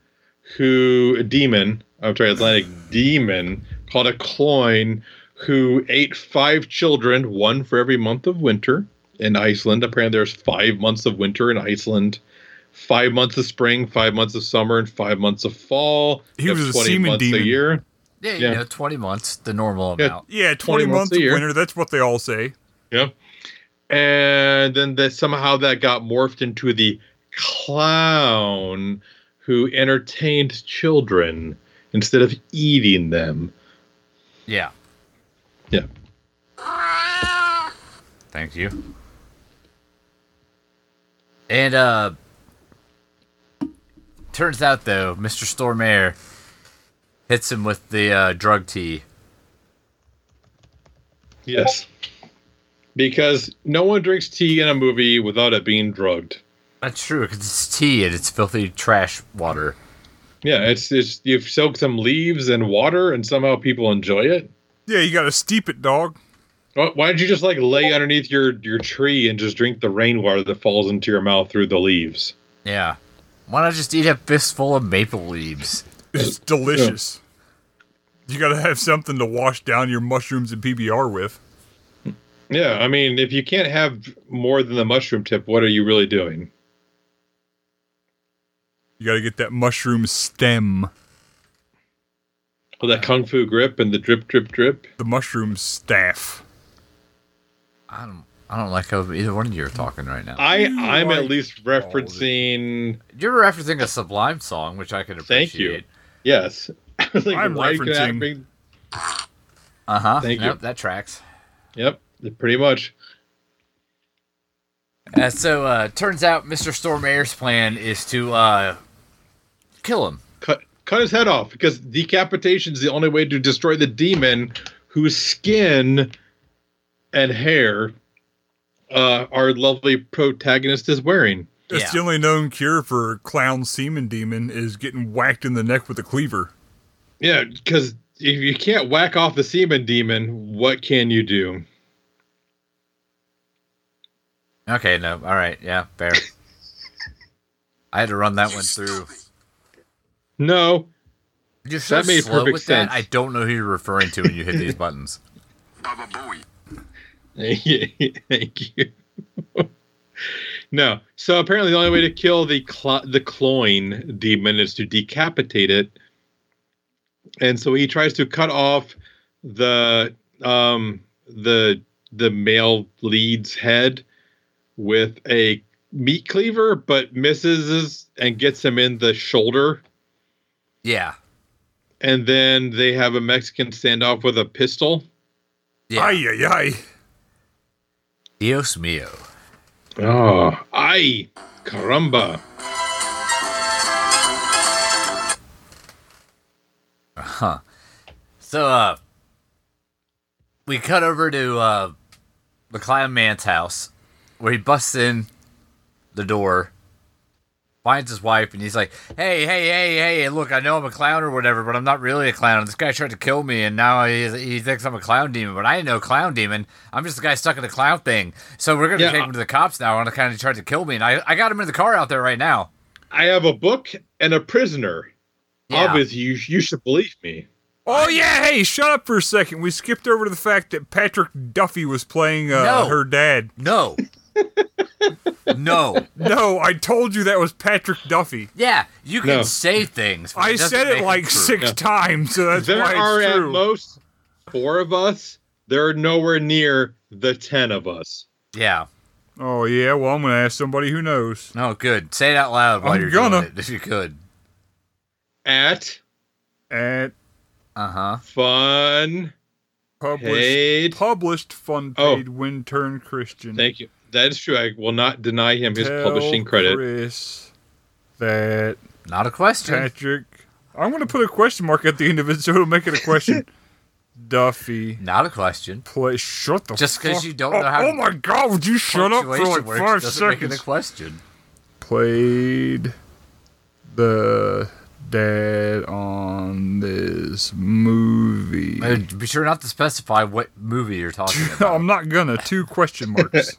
Speaker 3: who a demon. I'm sorry, Atlantic demon called a cloyne, who ate five children, one for every month of winter in Iceland. Apparently, there's five months of winter in Iceland. Five months of spring, five months of summer, and five months of fall.
Speaker 2: He
Speaker 3: That's
Speaker 2: was a semen
Speaker 3: months
Speaker 2: demon.
Speaker 3: a year.
Speaker 1: Yeah, you
Speaker 3: Yeah.
Speaker 1: know, twenty months, the normal
Speaker 3: Yeah.
Speaker 1: amount.
Speaker 2: yeah, twenty, months,
Speaker 3: months a
Speaker 2: of
Speaker 3: year.
Speaker 2: winter. That's what they all say.
Speaker 3: Yeah. And then that somehow that got morphed into the clown who entertained children instead of eating them.
Speaker 1: Yeah.
Speaker 3: Yeah.
Speaker 1: Thank you. And uh turns out though, Mr. Stormare hits him with the uh, drug tea.
Speaker 3: Yes. Because no one drinks tea in a movie without it being drugged.
Speaker 1: That's true, because it's tea and it's filthy trash water.
Speaker 3: Yeah, it's it's you soak some leaves and water and somehow people enjoy it.
Speaker 2: Yeah, you got to steep it, dog.
Speaker 3: Why why don't you just like lay underneath your your tree and just drink the rainwater that falls into your mouth through the leaves?
Speaker 1: Yeah. Why not just eat a fistful of maple leaves?
Speaker 2: It's delicious. You got to have something to wash down your mushrooms and PBR with.
Speaker 3: Yeah, I mean, if you can't have more than the mushroom tip, what are you really doing?
Speaker 2: You got to get that mushroom stem,
Speaker 3: Well, that kung fu grip and the drip, drip, drip.
Speaker 2: the mushroom staff.
Speaker 1: I don't. I don't like how either one of you are talking right now.
Speaker 3: I, I'm
Speaker 2: like
Speaker 3: at least referencing.
Speaker 1: You're referencing a Sublime song, which I can appreciate.
Speaker 3: Thank you. Yes. I was like,
Speaker 2: I'm
Speaker 3: why could that
Speaker 2: referencing-
Speaker 3: bring-
Speaker 1: Uh huh.
Speaker 3: Thank you.
Speaker 1: Nope, that tracks.
Speaker 3: Yep, pretty much.
Speaker 1: Uh, so uh, turns out Mr. Stormare's plan is to uh, kill him.
Speaker 3: Cut cut his head off because decapitation is the only way to destroy the demon whose skin and hair uh, our lovely protagonist is wearing.
Speaker 2: That's
Speaker 1: Yeah.
Speaker 2: the only known cure for clown semen demon is getting whacked in the neck with a cleaver.
Speaker 3: Yeah, because if you can't whack off the semen demon, what can you do?
Speaker 1: Okay, no, all right, yeah, fair. I had to run that one through.
Speaker 3: No.
Speaker 1: You're so
Speaker 3: That made
Speaker 1: slow
Speaker 3: perfect
Speaker 1: with
Speaker 3: sense.
Speaker 1: that. I don't know who you're referring to when you hit these buttons.
Speaker 4: Baba Booey.
Speaker 3: Thank you. no. So apparently, the only way to kill the cl- the cloying demon is to decapitate it, and so he tries to cut off the um the the male lead's head with a meat cleaver, but misses his- and gets him in the shoulder.
Speaker 1: Yeah,
Speaker 3: And then they have a Mexican standoff with a pistol.
Speaker 1: yeah.
Speaker 2: Ay, ay, ay.
Speaker 1: Dios mio.
Speaker 3: Oh, ay, caramba.
Speaker 1: So uh, we cut over to uh, the clown man's house, where he busts in the door, finds his wife, and he's like, "Hey, hey, hey, hey! Look, I know I'm a clown or whatever, but I'm not really a clown. This guy tried to kill me, and now he, he thinks I'm a clown demon. But I ain't no clown demon. I'm just a guy stuck in a clown thing. So we're gonna
Speaker 3: Yeah,
Speaker 1: take
Speaker 3: I-
Speaker 1: him to the cops now on account he tried to kill me, and I, I got him in the car out there right now.
Speaker 3: I have a book and a prisoner.
Speaker 1: Yeah.
Speaker 3: Obviously, you, you should believe me.
Speaker 2: Oh yeah, hey, shut up for a second. We skipped over to the fact that Patrick Duffy was playing uh,
Speaker 1: No.
Speaker 2: her dad.
Speaker 1: No, no."
Speaker 2: No, I told you that was Patrick Duffy.
Speaker 1: Yeah, you can
Speaker 3: No.
Speaker 1: say things. but
Speaker 2: I
Speaker 1: doesn't
Speaker 2: said
Speaker 1: make
Speaker 2: it like
Speaker 1: true.
Speaker 2: six
Speaker 3: Yeah.
Speaker 2: times, so that's
Speaker 3: there
Speaker 2: why it's
Speaker 3: are at
Speaker 2: true.
Speaker 3: most four of us. There are nowhere near the ten of us.
Speaker 1: Yeah.
Speaker 2: oh yeah, well I'm gonna ask somebody who knows.
Speaker 1: No, good. Say it out loud while
Speaker 2: I'm
Speaker 1: you're
Speaker 2: gonna.
Speaker 1: doing it, if you could.
Speaker 3: At
Speaker 2: At
Speaker 1: Uh huh.
Speaker 3: fun
Speaker 2: published
Speaker 3: paid.
Speaker 2: published fun
Speaker 3: Oh.
Speaker 2: paid when turned Christian.
Speaker 3: Thank you. That is true. I will not deny him his
Speaker 2: Tell
Speaker 3: publishing credit.
Speaker 2: Chris that
Speaker 1: Not a question.
Speaker 2: Patrick. I'm going to put a question mark at the end of it, so it'll make it a question. Duffy,
Speaker 1: Not a question.
Speaker 2: play. Shut the.
Speaker 1: Just 'cause
Speaker 2: fuck-
Speaker 1: you don't know how
Speaker 2: Oh,
Speaker 1: to-
Speaker 2: oh my God! Would you shut up for
Speaker 1: Punctuation
Speaker 2: like
Speaker 1: works
Speaker 2: five
Speaker 1: doesn't make it
Speaker 2: seconds?
Speaker 1: a question.
Speaker 2: Played the dad on this movie.
Speaker 1: Uh, Be sure not to specify what movie you're talking about.
Speaker 2: I'm not gonna. Two question marks.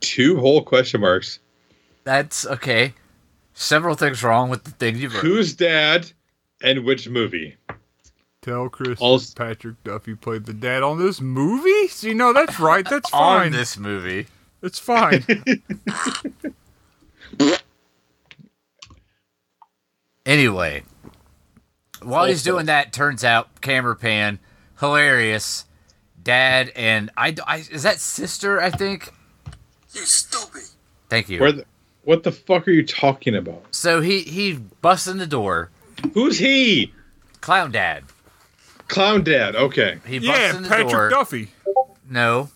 Speaker 3: Two whole question marks.
Speaker 1: That's okay. Several things wrong with the thing you wrote.
Speaker 3: Who's dad and which movie?
Speaker 2: Tell Chris
Speaker 3: All-
Speaker 2: that Patrick Duffy played the dad on this movie. See, no, that's right. That's
Speaker 1: on
Speaker 2: fine.
Speaker 1: this movie.
Speaker 2: It's fine.
Speaker 1: Anyway, while he's doing that, turns out camera pan, hilarious. Dad and I, I is that sister? I think.
Speaker 4: You stupid.
Speaker 1: Thank you.
Speaker 3: Where the, what the fuck are you talking about?
Speaker 1: So he he busts in the door.
Speaker 3: Who's he?
Speaker 1: Clown Dad.
Speaker 3: Clown dad. Okay.
Speaker 1: He busts
Speaker 2: yeah,
Speaker 1: in the
Speaker 2: Patrick
Speaker 1: door.
Speaker 2: Duffy.
Speaker 1: No.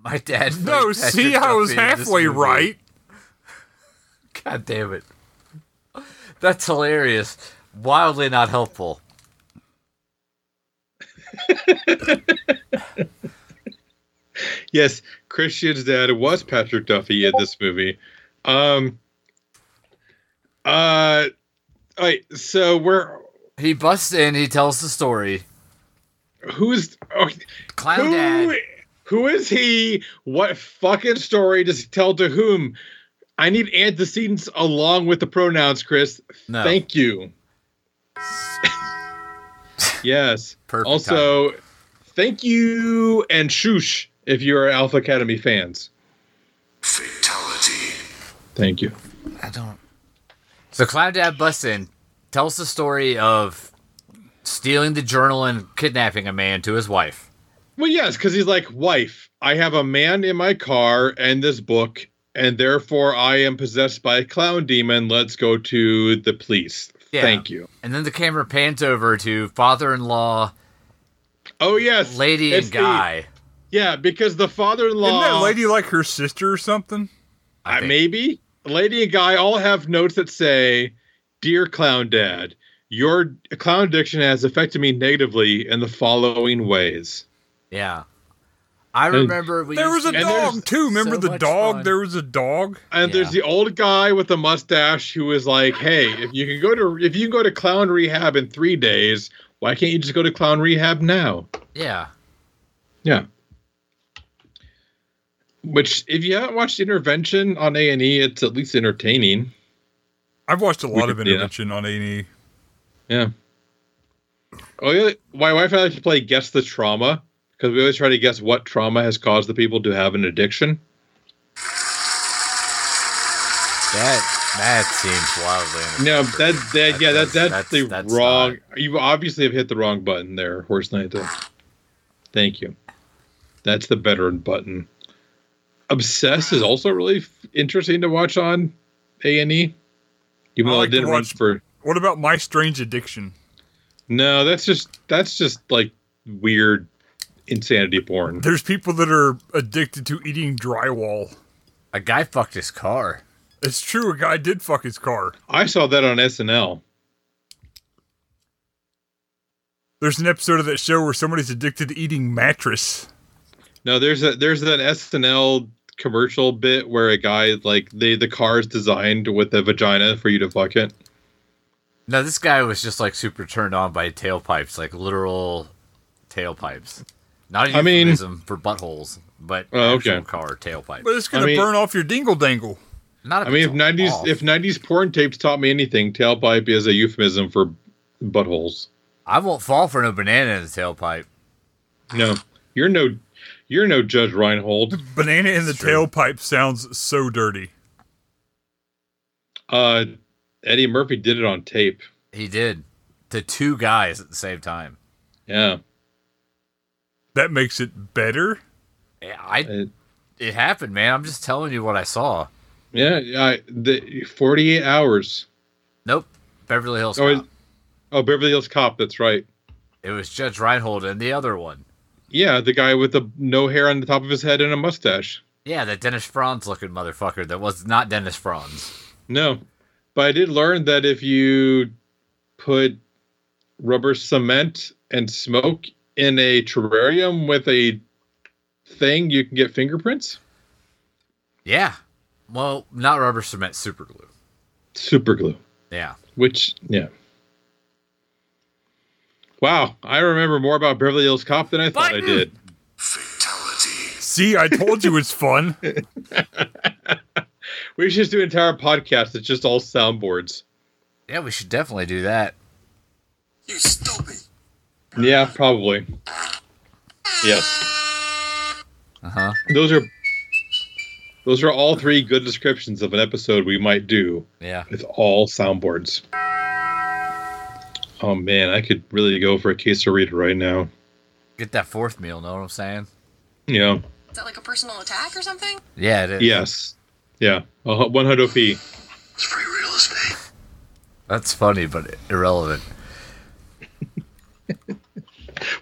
Speaker 1: My dad. played
Speaker 2: No,
Speaker 1: Patrick
Speaker 2: see, I was
Speaker 1: Duffy in this
Speaker 2: halfway
Speaker 1: movie.
Speaker 2: right.
Speaker 1: God damn it. That's hilarious. Wildly not helpful.
Speaker 3: Yes, Christian's dad was Patrick Duffy in this movie. Um uh all right, so we're
Speaker 1: He busts in. He tells the story.
Speaker 3: who's okay,
Speaker 1: Clown
Speaker 3: who,
Speaker 1: Dad.
Speaker 3: who is he? What fucking story does he tell to whom? I need antecedents along with the pronouns, Chris.
Speaker 1: No.
Speaker 3: Thank you. yes.
Speaker 1: Perfect
Speaker 3: Also, thank you and shoosh if you're Alpha Academy fans.
Speaker 4: Fatality.
Speaker 3: Thank you.
Speaker 1: I don't. So Clown Dad busts in, tells the story of stealing the journal and kidnapping a man to his wife.
Speaker 3: Well, yes, because he's like, wife, I have a man in my car and this book, and therefore I am possessed by a clown demon. Let's go to the police.
Speaker 1: Yeah.
Speaker 3: Thank you.
Speaker 1: And then the camera pans over to father-in-law,
Speaker 3: Oh yes,
Speaker 1: lady,
Speaker 3: it's
Speaker 1: and
Speaker 3: the-
Speaker 1: guy.
Speaker 3: yeah, because the
Speaker 2: Isn't
Speaker 3: father-in-law,
Speaker 2: that lady like her sister or something?
Speaker 1: I
Speaker 3: I
Speaker 1: think.
Speaker 3: maybe lady and guy all have notes that say, "Dear clown dad, your clown addiction has affected me negatively in the following ways."
Speaker 1: Yeah. I remember we
Speaker 2: There was
Speaker 1: used
Speaker 2: a
Speaker 1: to-
Speaker 3: And there's
Speaker 2: dog too. Remember
Speaker 1: so
Speaker 2: the
Speaker 1: much
Speaker 2: dog?
Speaker 1: fun.
Speaker 2: There was a dog.
Speaker 3: And there's
Speaker 1: Yeah.
Speaker 3: the old guy with the mustache who is like, "Hey, if you can go to if you can go to clown rehab in three days, why can't you just go to clown rehab now?"
Speaker 1: Yeah.
Speaker 3: Yeah. Which, if you haven't watched Intervention on A and E, it's at least entertaining.
Speaker 2: I've watched a E. lot
Speaker 3: We-
Speaker 2: of
Speaker 3: yeah.
Speaker 2: intervention on A&E.
Speaker 3: Yeah. Oh yeah, my wife and I like to play guess the trauma because we always try to guess what trauma has caused the people to have an addiction.
Speaker 1: That that seems wildly
Speaker 3: No, that
Speaker 1: inappropriate.
Speaker 3: that yeah, that,
Speaker 1: does-
Speaker 3: that's, the
Speaker 1: that's
Speaker 3: wrong.
Speaker 1: not-
Speaker 3: You obviously have hit the wrong button there, Horse Knight. though. Thank you. That's the better button. Obsessed is also really f- interesting to watch on A and E. Even
Speaker 2: I
Speaker 3: though
Speaker 2: like
Speaker 3: it
Speaker 2: to
Speaker 3: didn't run
Speaker 2: watch-
Speaker 3: for
Speaker 2: What about My Strange Addiction?
Speaker 3: no, that's just that's just like weird insanity porn.
Speaker 2: There's people that are addicted to eating drywall.
Speaker 1: a guy fucked his car.
Speaker 2: It's true. A guy did fuck his car.
Speaker 3: I saw that on SNL.
Speaker 2: There's an episode of that show where somebody's addicted to eating mattress.
Speaker 3: No, there's a there's an SNL commercial bit where a guy like they the car is designed with a vagina for you to fuck it.
Speaker 1: No, this guy was just like super turned on by tailpipes, like literal tailpipes. Not a
Speaker 3: I mean-
Speaker 1: euphemism for buttholes, but
Speaker 3: Oh,
Speaker 1: actual
Speaker 3: okay.
Speaker 1: car tailpipe.
Speaker 2: But it's gonna
Speaker 3: I mean-
Speaker 2: burn off your dingle dangle.
Speaker 1: Not
Speaker 3: I mean, if nineties if nineties porn tapes taught me anything, tailpipe is a euphemism for buttholes.
Speaker 1: I won't fall for no banana in the tailpipe.
Speaker 3: No, you're no, you're no Judge Reinhold.
Speaker 2: Banana in the
Speaker 1: It's true.
Speaker 2: tailpipe sounds so dirty.
Speaker 3: Uh, Eddie Murphy did it on tape.
Speaker 1: He did to two guys at the same time.
Speaker 3: Yeah,
Speaker 2: That makes it better.
Speaker 1: I
Speaker 3: it,
Speaker 1: it happened, man. I'm just telling you what I saw.
Speaker 3: yeah. I, the forty eight hours.
Speaker 1: Nope, Beverly Hills.
Speaker 3: Oh, it,
Speaker 1: Cop.
Speaker 3: oh, Beverly Hills Cop. That's right.
Speaker 1: It was Judge Reinhold and the other one.
Speaker 3: Yeah, the guy with the no hair on the top of his head and a mustache.
Speaker 1: Yeah, that Dennis Franz looking motherfucker that was not Dennis Franz.
Speaker 3: No, but I did learn that if you put rubber cement and smoke in a terrarium with a thing, you can get fingerprints.
Speaker 1: Yeah. Well, not rubber cement, super glue.
Speaker 3: Super glue.
Speaker 1: Yeah.
Speaker 3: Which, yeah. Wow, I remember more about Beverly Hills Cop than I thought I
Speaker 1: Button!
Speaker 3: did.
Speaker 4: Fatality.
Speaker 2: See, I told you it's fun.
Speaker 3: We should just do an entire podcast that's just all soundboards.
Speaker 1: Yeah, we should definitely do that.
Speaker 4: You stupid.
Speaker 3: Yeah, probably. Yes.
Speaker 1: Uh huh.
Speaker 3: Those are those are all three good descriptions of an episode we might do
Speaker 1: Yeah.
Speaker 3: with all soundboards. Oh man, I could really go for a quesarita right now.
Speaker 1: Get that fourth meal, know what I'm saying?
Speaker 3: Yeah.
Speaker 5: Is that like a personal attack or something?
Speaker 1: Yeah, it is.
Speaker 3: Yes. Yeah. Uh, one hundred p.
Speaker 4: It's free real estate.
Speaker 1: That's funny, but irrelevant.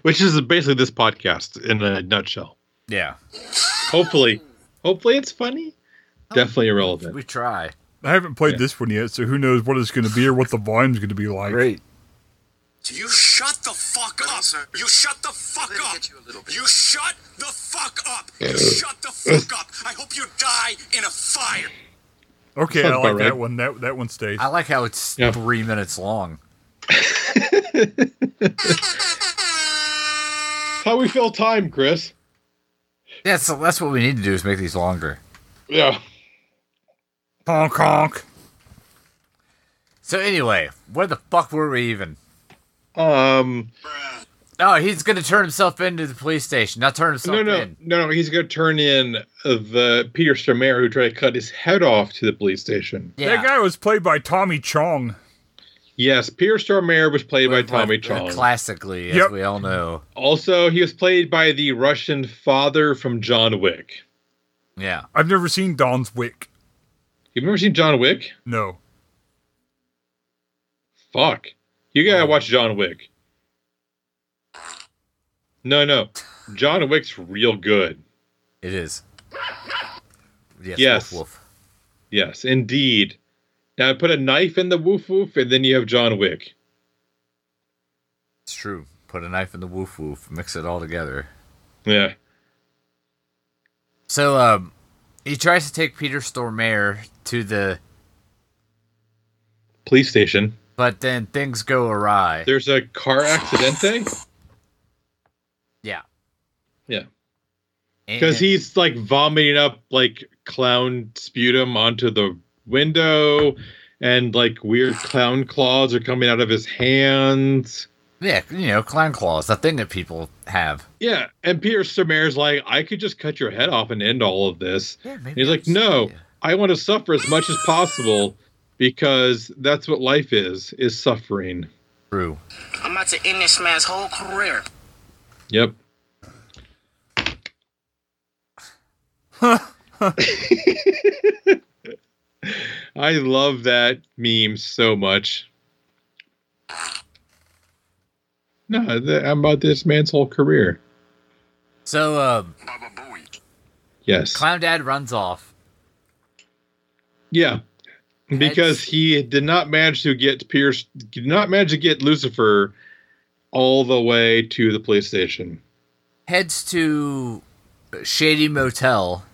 Speaker 3: Which is basically this podcast in a nutshell.
Speaker 1: Yeah.
Speaker 3: Hopefully, hopefully it's funny. Definitely
Speaker 1: We
Speaker 3: irrelevant.
Speaker 1: try.
Speaker 2: I haven't played
Speaker 3: Yeah.
Speaker 2: this one yet, so who knows what it's going to be or what the volume's going to be like.
Speaker 4: You shut the fuck up. You shut the fuck up. You shut the fuck up. You shut the fuck up. I hope you die in a fire.
Speaker 2: Okay,
Speaker 3: Sounds
Speaker 2: I like
Speaker 3: about
Speaker 2: that
Speaker 3: right.
Speaker 2: one. That that one stays.
Speaker 1: I like how it's
Speaker 3: Yeah.
Speaker 1: three minutes long.
Speaker 3: How we fill time, Chris?
Speaker 1: Yeah, so that's what we need to do is make these longer.
Speaker 3: Yeah.
Speaker 2: honk honk.
Speaker 1: So anyway, where the fuck were we even?
Speaker 3: Um.
Speaker 1: Oh, he's gonna turn himself into the police station. Not turn himself
Speaker 3: No, no,
Speaker 1: in.
Speaker 3: no, no. He's gonna turn in uh, the Peter Stormare who tried to cut his head off to the police station.
Speaker 1: Yeah.
Speaker 2: That guy was played by Tommy Chong.
Speaker 3: Yes, Peter Stormare was played by Tommy Chong.
Speaker 1: Classically, as
Speaker 2: Yep.
Speaker 1: we all know.
Speaker 3: also, he was played by the Russian father from John Wick.
Speaker 1: Yeah.
Speaker 2: I've never seen Don's Wick.
Speaker 3: You've never seen John Wick?
Speaker 2: No.
Speaker 3: Fuck. You gotta watch John Wick. No, no. John Wick's real good.
Speaker 1: It is. Yes.
Speaker 3: Yes.
Speaker 1: Woof, woof.
Speaker 3: Yes, indeed. Now put a knife in the woof woof, and then you have John Wick.
Speaker 1: It's true. Put a knife in the woof woof. Mix it all together.
Speaker 3: Yeah.
Speaker 1: So um, he tries to take Peter Stormare to the,
Speaker 3: Police station.
Speaker 1: but then things go awry.
Speaker 3: There's a car accidente.
Speaker 1: yeah.
Speaker 3: Yeah.
Speaker 1: And-
Speaker 3: Because he's like vomiting up like clown sputum onto the window, and like weird clown claws are coming out of his hands.
Speaker 1: yeah, you know, clown claws, the thing that people have.
Speaker 3: Yeah, and Peter Stormare's like, I could just cut your head off and end all of this.
Speaker 1: Yeah,
Speaker 3: And
Speaker 1: maybe
Speaker 3: he's
Speaker 1: I'll
Speaker 3: like,
Speaker 1: just-
Speaker 3: No,
Speaker 1: yeah.
Speaker 3: I want to suffer as much as possible because that's what life is is suffering.
Speaker 1: True.
Speaker 4: I'm about to end this man's whole career.
Speaker 3: Yep. I love that meme so much. No, th- I'm about this man's whole career.
Speaker 1: So um,
Speaker 4: Baba Booey.
Speaker 3: Yes.
Speaker 1: clown dad runs off.
Speaker 3: Yeah, because he did not manage to get Pierce, did not manage to get Lucifer all the way to the police station.
Speaker 1: heads to Shady Motel.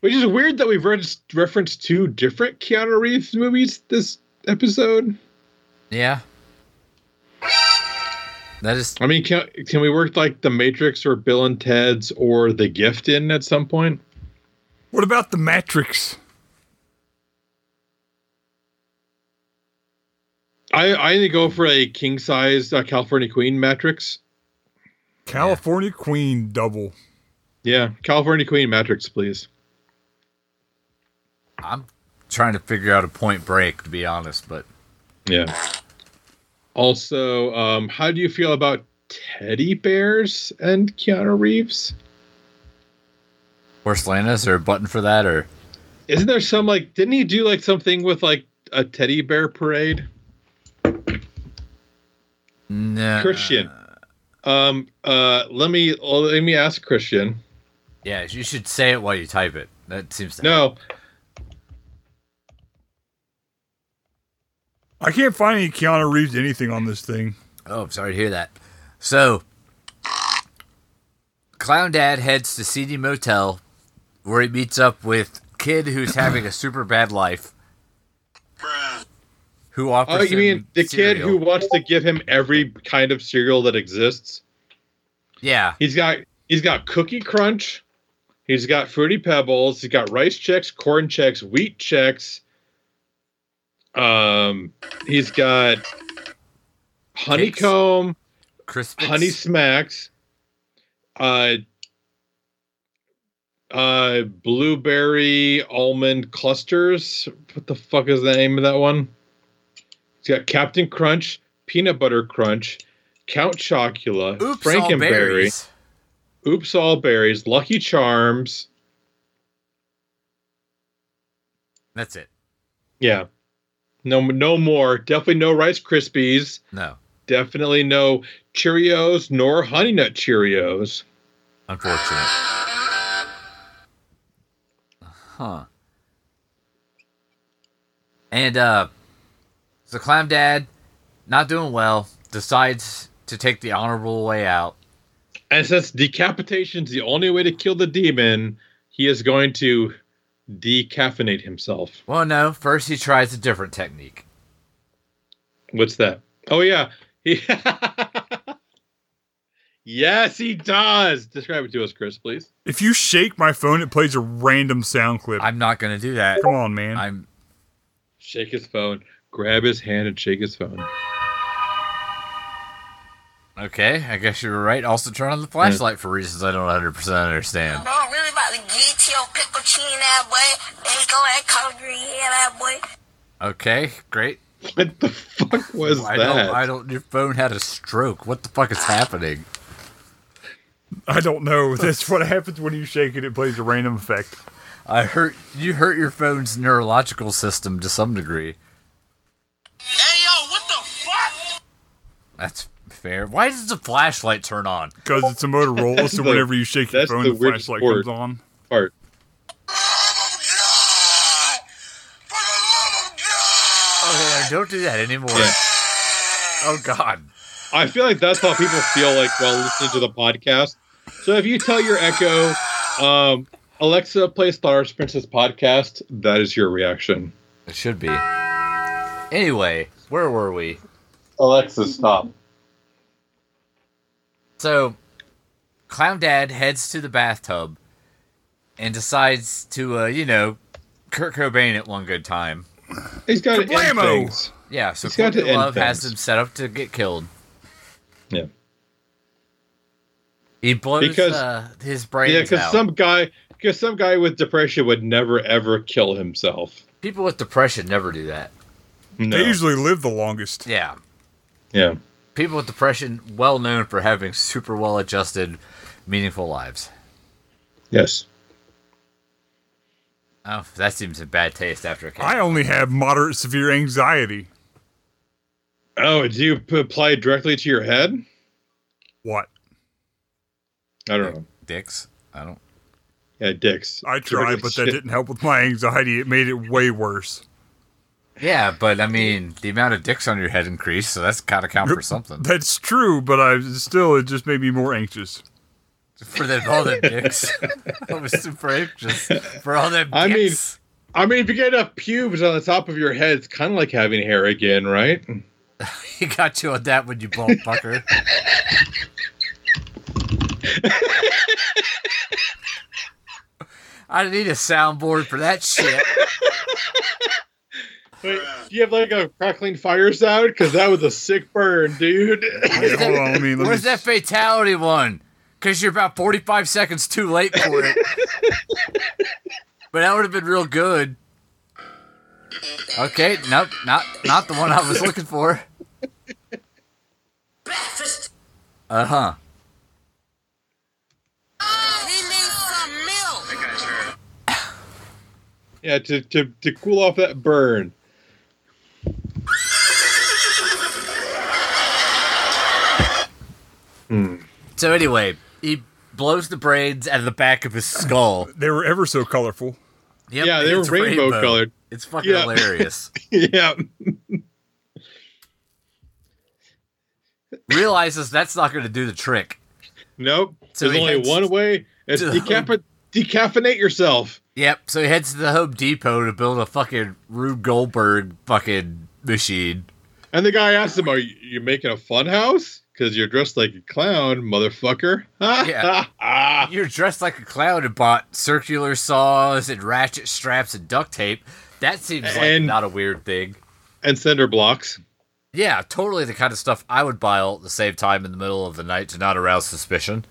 Speaker 3: Which is weird that we've re- referenced two different Keanu Reeves movies this episode.
Speaker 1: Yeah. That is
Speaker 3: I mean, can can we work like The Matrix or Bill and Ted's or The Gift in at some point?
Speaker 2: What about the Matrix?
Speaker 3: I I need to go for a king size uh, California Queen Matrix.
Speaker 2: California Queen double.
Speaker 3: Yeah, California Queen Matrix, please.
Speaker 1: I'm trying to figure out a point break to be honest, but
Speaker 3: Yeah. Also, um, how do you feel about teddy bears and Keanu Reeves?
Speaker 1: Porcelana, is there a button for that or
Speaker 3: Isn't there some like? Didn't he do like something with like a teddy bear parade?
Speaker 1: no
Speaker 3: Christian. Um. Uh. Let me let me ask Christian.
Speaker 1: Yeah, you should say it while you type it. That seems to
Speaker 3: No,
Speaker 2: I can't find any Keanu Reeves anything on this thing.
Speaker 1: Oh, I'm sorry to hear that. So, Clown Dad heads to CD Motel, where he meets up with Kid, who's having a super bad life. Who offers?
Speaker 3: Oh, you
Speaker 1: him
Speaker 3: mean the kid
Speaker 1: cereal.
Speaker 3: who wants to give him every kind of cereal that exists?
Speaker 1: Yeah,
Speaker 3: He's got he's got Cookie Crunch, he's got Fruity Pebbles, he's got rice checks, corn checks, wheat checks. Um, he's got honeycomb,
Speaker 1: Crispix.
Speaker 3: honey smacks, uh, uh, blueberry almond clusters. What the fuck is the name of that one? It's got Captain Crunch, Peanut Butter Crunch, Count Chocula,
Speaker 1: Oops, all
Speaker 3: Frankenberry,
Speaker 1: berries.
Speaker 3: Oops All Berries, Lucky Charms.
Speaker 1: That's it.
Speaker 3: Yeah, no, no more. Definitely no Rice Krispies.
Speaker 1: No,
Speaker 3: Definitely no Cheerios nor Honey Nut Cheerios.
Speaker 1: unfortunate. Huh. And uh, so Clown Dad, not doing well, decides to take the honorable way out.
Speaker 3: And since decapitation's the only way to kill the demon, he is going to decaffeinate himself.
Speaker 1: Well, no. First, he tries a different technique.
Speaker 3: What's that? Oh yeah. He- yes, he does. Describe it to us, Chris, please.
Speaker 2: If you shake my phone, it plays a random sound clip.
Speaker 1: I'm not gonna do that.
Speaker 2: Come on, man.
Speaker 1: I'm.
Speaker 3: Shake his phone, grab his hand and shake his phone.
Speaker 1: Okay, I guess you were right. Also, turn on the flashlight for reasons I don't 100% understand.
Speaker 6: Bro, I'm really about to get to your pickle cheese, that boy. Egg on that collard green, yeah, that boy.
Speaker 1: Okay, great.
Speaker 3: What the fuck was
Speaker 1: I
Speaker 3: that?
Speaker 1: don't. I don't. Your phone had a stroke. What the fuck is happening?
Speaker 2: I don't know. That's what happens when you shake it. It plays a random effect.
Speaker 1: I hurt you hurt your phone's neurological system to some degree.
Speaker 4: Hey, yo, what the fuck?
Speaker 1: That's fair. Why does the flashlight turn on?
Speaker 2: Because it's a Motorola, so
Speaker 3: the-
Speaker 2: whenever you shake your
Speaker 3: that's
Speaker 2: phone,
Speaker 3: the
Speaker 2: the,
Speaker 3: weirdest
Speaker 2: flashlight
Speaker 3: word.
Speaker 2: comes on.
Speaker 3: Part.
Speaker 1: Oh, I don't do that anymore.
Speaker 3: Yeah.
Speaker 1: Oh God.
Speaker 3: I feel like that's how people feel like while listening to the podcast. So if you tell your Echo, um, Alexa, play Star Wars Princess podcast, that is your reaction.
Speaker 1: It should be. Anyway, where were we?
Speaker 3: Alexa, stop.
Speaker 1: So, Clown Dad heads to the bathtub and decides to, uh, you know, Kurt Cobain at one good time.
Speaker 3: He's got to end
Speaker 2: Kablamo!
Speaker 3: things.
Speaker 1: Yeah, so
Speaker 3: He's got to
Speaker 1: Courtney
Speaker 3: end
Speaker 1: Love has
Speaker 3: things.
Speaker 1: him set up to get killed.
Speaker 3: Yeah,
Speaker 1: He blows
Speaker 3: Because-
Speaker 1: uh, his brains
Speaker 3: yeah,
Speaker 1: out.
Speaker 3: because some guy, because some guy with depression would never ever kill himself.
Speaker 1: People with depression never do that.
Speaker 3: No.
Speaker 2: They usually live the longest.
Speaker 1: Yeah.
Speaker 3: yeah,
Speaker 1: People with depression, well known for having super well adjusted, meaningful lives.
Speaker 3: yes.
Speaker 1: Oh, that seems in bad taste after a cat.
Speaker 2: I only have moderate severe anxiety.
Speaker 3: Oh, do you p- apply it directly to your head?
Speaker 2: What?
Speaker 3: I don't know.
Speaker 1: Dicks. I don't.
Speaker 3: Yeah, dicks.
Speaker 2: I tried, but that didn't help with my anxiety. It made it way worse.
Speaker 1: Yeah, but I mean, the amount of dicks on your head increased, so that's gotta count for something.
Speaker 2: That's true, but I still it just made me more anxious.
Speaker 1: For the, all them dicks, I was super anxious for all them.
Speaker 3: I mean-
Speaker 1: Dicks.
Speaker 3: I mean, if you get enough pubes on the top of your head, it's kind of like having hair again, right?
Speaker 1: he got you on that when you bald fucker. I need a soundboard for that shit.
Speaker 3: Wait, do you have like a crackling fire sound? Because that was a sick burn, dude.
Speaker 2: Wait, hold on, let me, let me-
Speaker 1: Where's that fatality one? Because you're about 45 seconds too late for it. but that would have been real good. Okay, nope, not not the one I was looking for.
Speaker 6: Breakfast.
Speaker 1: Uh huh.
Speaker 6: He needs some milk.
Speaker 3: yeah, to, to to cool off that burn.
Speaker 1: So anyway, he blows the brains out of the back of his skull.
Speaker 2: They were ever so colorful.
Speaker 1: Yep,
Speaker 3: Yeah, they were
Speaker 1: it's
Speaker 3: rainbow colored.
Speaker 1: It's fucking
Speaker 3: Yeah.
Speaker 1: hilarious.
Speaker 3: yeah,
Speaker 1: Realizes that's not going to do the trick.
Speaker 3: nope.
Speaker 1: So
Speaker 3: There's
Speaker 1: he
Speaker 3: only
Speaker 1: heads-
Speaker 3: one way. It's
Speaker 1: to-
Speaker 3: decaf- decaffeinate yourself.
Speaker 1: Yep, so he heads to the Home Depot to build a fucking Rube Goldberg fucking machine.
Speaker 3: And the guy asks him, "Are you you making a fun house? Because you're dressed like a clown, motherfucker."
Speaker 1: Yeah.
Speaker 3: yeah.
Speaker 1: You're dressed like a clown and bought circular saws and ratchet straps and duct tape. That seems like
Speaker 3: And-
Speaker 1: not a weird thing.
Speaker 3: And cinder blocks.
Speaker 1: Yeah, totally the kind of stuff I would buy all at the same time in the middle of the night to not arouse suspicion.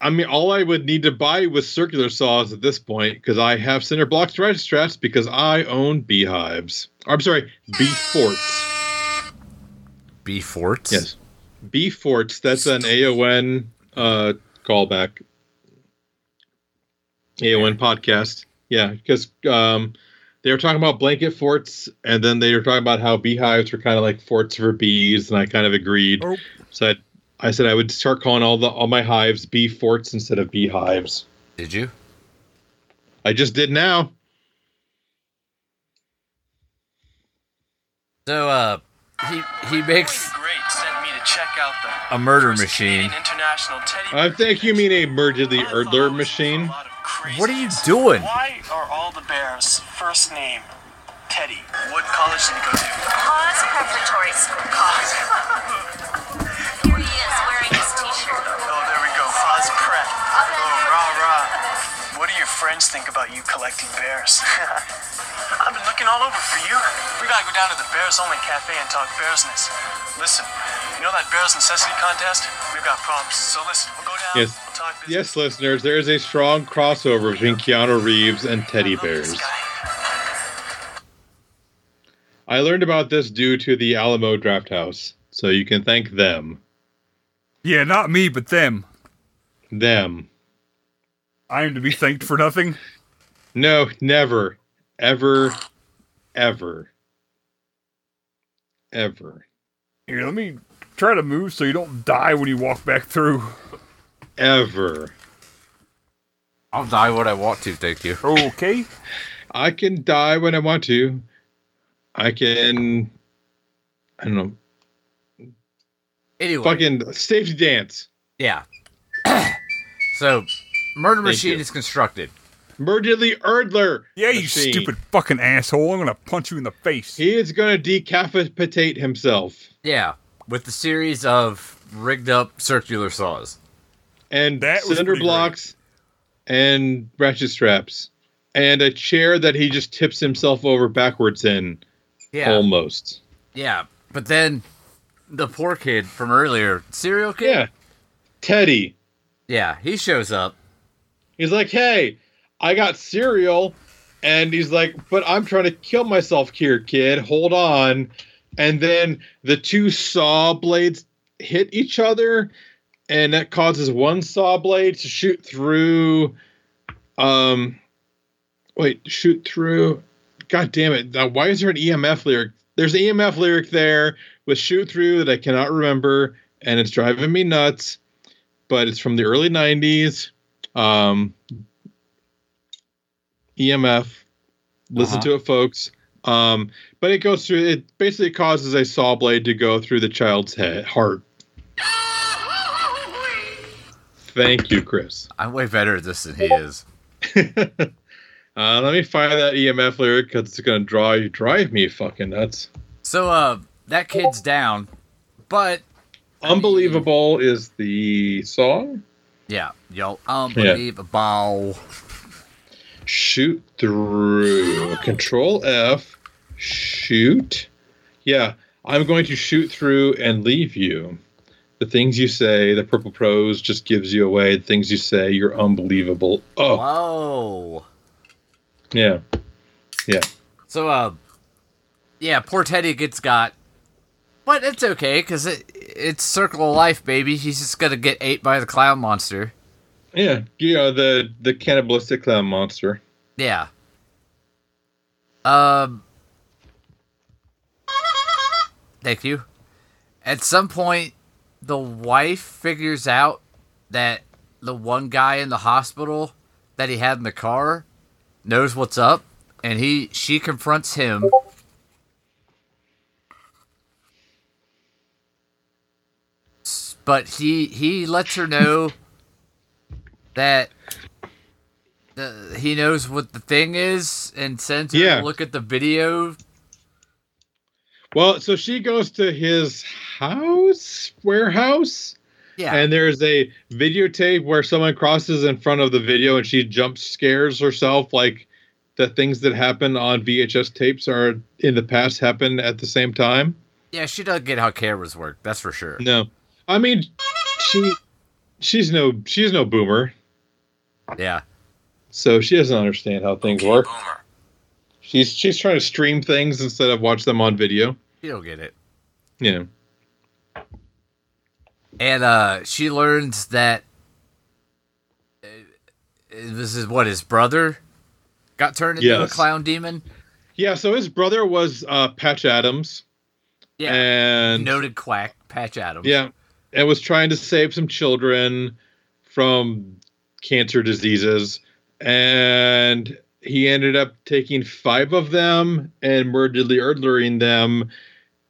Speaker 3: I mean, all I would need to buy was circular saws at this point because I have cinder blocks and straps because I own beehives. I'm sorry, bee forts.
Speaker 1: B forts.
Speaker 3: Yes. B forts. That's an AON uh, callback. AON podcast. Yeah, because um, they were talking about blanket forts, and then they were talking about how beehives were kind of like forts for bees, and I kind of agreed.
Speaker 2: Oh.
Speaker 3: So I, I said I would start calling all the all my hives bee forts instead of beehives.
Speaker 1: Did you?
Speaker 3: I just did now.
Speaker 1: So uh he he makes
Speaker 4: Great sent me to check out the
Speaker 1: a murder
Speaker 4: first
Speaker 1: machine.
Speaker 4: Canadian international teddy
Speaker 3: I think Uh, you mean a merge of the
Speaker 4: I thought I
Speaker 3: Erdler
Speaker 4: was a
Speaker 3: machine.
Speaker 4: lot of crazies.
Speaker 1: What are you doing?
Speaker 4: Why are all the bears' first name Teddy? What college did you go to?
Speaker 6: Paws preparatory school college. Here he is wearing his t-shirt.
Speaker 4: Oh, there we go. Oz Prep. Oh, rah, rah. What do your friends think about you collecting bears? I've been looking all over for you. We gotta go down to the Bears Only Cafe and talk bearsness. Listen, you know that Bears Necessity contest? We've got problems, so listen, we'll go down,
Speaker 3: Yes.
Speaker 4: we'll talk business.
Speaker 3: Yes, listeners, there is a strong crossover between Keanu Reeves and teddy
Speaker 4: I love this
Speaker 3: bears.
Speaker 4: guy.
Speaker 3: I learned about this due to the Alamo Draft House, so you can thank them.
Speaker 2: Yeah, not me, but them.
Speaker 3: Them.
Speaker 2: I am to be thanked for nothing.
Speaker 3: No, never, ever, ever, ever,
Speaker 2: Here, let me try to move so you don't die when you walk back through.
Speaker 3: ever.
Speaker 1: I'll die what I want to, thank you.
Speaker 2: Okay.
Speaker 3: I can die when I want to. I can, I don't know,
Speaker 1: Anyway,
Speaker 3: fucking safety dance.
Speaker 1: yeah. so, murder machine
Speaker 3: you.
Speaker 1: is constructed.
Speaker 3: Murderly Erdler.
Speaker 2: Yeah, you
Speaker 3: machine.
Speaker 2: stupid fucking asshole. I'm gonna punch you in the face.
Speaker 3: He is going to decapitate himself
Speaker 1: Yeah, with the series of rigged up circular saws.
Speaker 3: and
Speaker 2: That was
Speaker 3: cinder
Speaker 2: pretty great.
Speaker 3: blocks and ratchet straps and a chair that he just tips himself over backwards in
Speaker 1: Yeah,
Speaker 3: Oh almost.
Speaker 1: yeah. But then the poor kid from earlier, serial kid.
Speaker 3: Yeah. Teddy.
Speaker 1: yeah, he shows up.
Speaker 3: He's like, hey, I got cereal. And he's like, but I'm trying to kill myself here, kid. Hold on. And then the two saw blades hit each other, and that causes one saw blade to shoot through. Um, wait, shoot through. God damn it. Now, why is there an EMF lyric? There's an EMF lyric there with shoot through that I cannot remember, and it's driving me nuts, but it's from the early 90s um, EMF. Listen
Speaker 1: Uh-huh.
Speaker 3: to it, folks. Um, but it goes through. It basically causes a saw blade to go through the child's head, heart. Thank you, Chris.
Speaker 1: I'm way better at this than he is.
Speaker 3: Uh, let me find that EMF lyric because it's gonna draw drive me fucking nuts.
Speaker 1: So, uh, that kid's down, but
Speaker 3: Unbelievable is the song.
Speaker 1: yeah, yo, unbelievable.
Speaker 3: shoot through control f shoot yeah i'm going to shoot through and leave you the things you say the purple prose just gives you away the things you say you're unbelievable oh
Speaker 1: Whoa.
Speaker 3: yeah yeah
Speaker 1: So, uh, yeah, poor Teddy gets got, but it's okay because it it's circle of life, baby. He's just gonna get ate by the clown monster.
Speaker 3: yeah you know the the cannibalistic clown monster
Speaker 1: Yeah. Um. Thank you. At some point, the wife figures out that the one guy in the hospital that he had in the car knows what's up, and he she confronts him. S- But he he lets her know that the, he knows what the thing is and sends her
Speaker 3: Yeah.
Speaker 1: to look at the video.
Speaker 3: well so she goes to his house warehouse
Speaker 1: Yeah,
Speaker 3: And there's a videotape where someone crosses in front of the video and she jump scares herself like the things that happen on VHS tapes are in the past happen at the same time.
Speaker 1: yeah, she doesn't get how cameras work. That's for sure.
Speaker 3: No. I mean she she's no she's no boomer,
Speaker 1: Yeah,
Speaker 3: so she doesn't understand how things
Speaker 4: Okay,
Speaker 3: work.
Speaker 4: Boomer.
Speaker 3: She's she's trying to stream things instead of watch them on video.
Speaker 1: you don't get it.
Speaker 3: Yeah.
Speaker 1: and uh, she learns that uh, this is what his brother got turned into
Speaker 3: Yes.
Speaker 1: a clown demon.
Speaker 3: Yeah, so his brother was uh, Patch Adams
Speaker 1: Yeah,
Speaker 3: and
Speaker 1: noted quack Patch Adams.
Speaker 3: Yeah, and was trying to save some children from cancer diseases, and he ended up taking five of them and murderly erdlering them,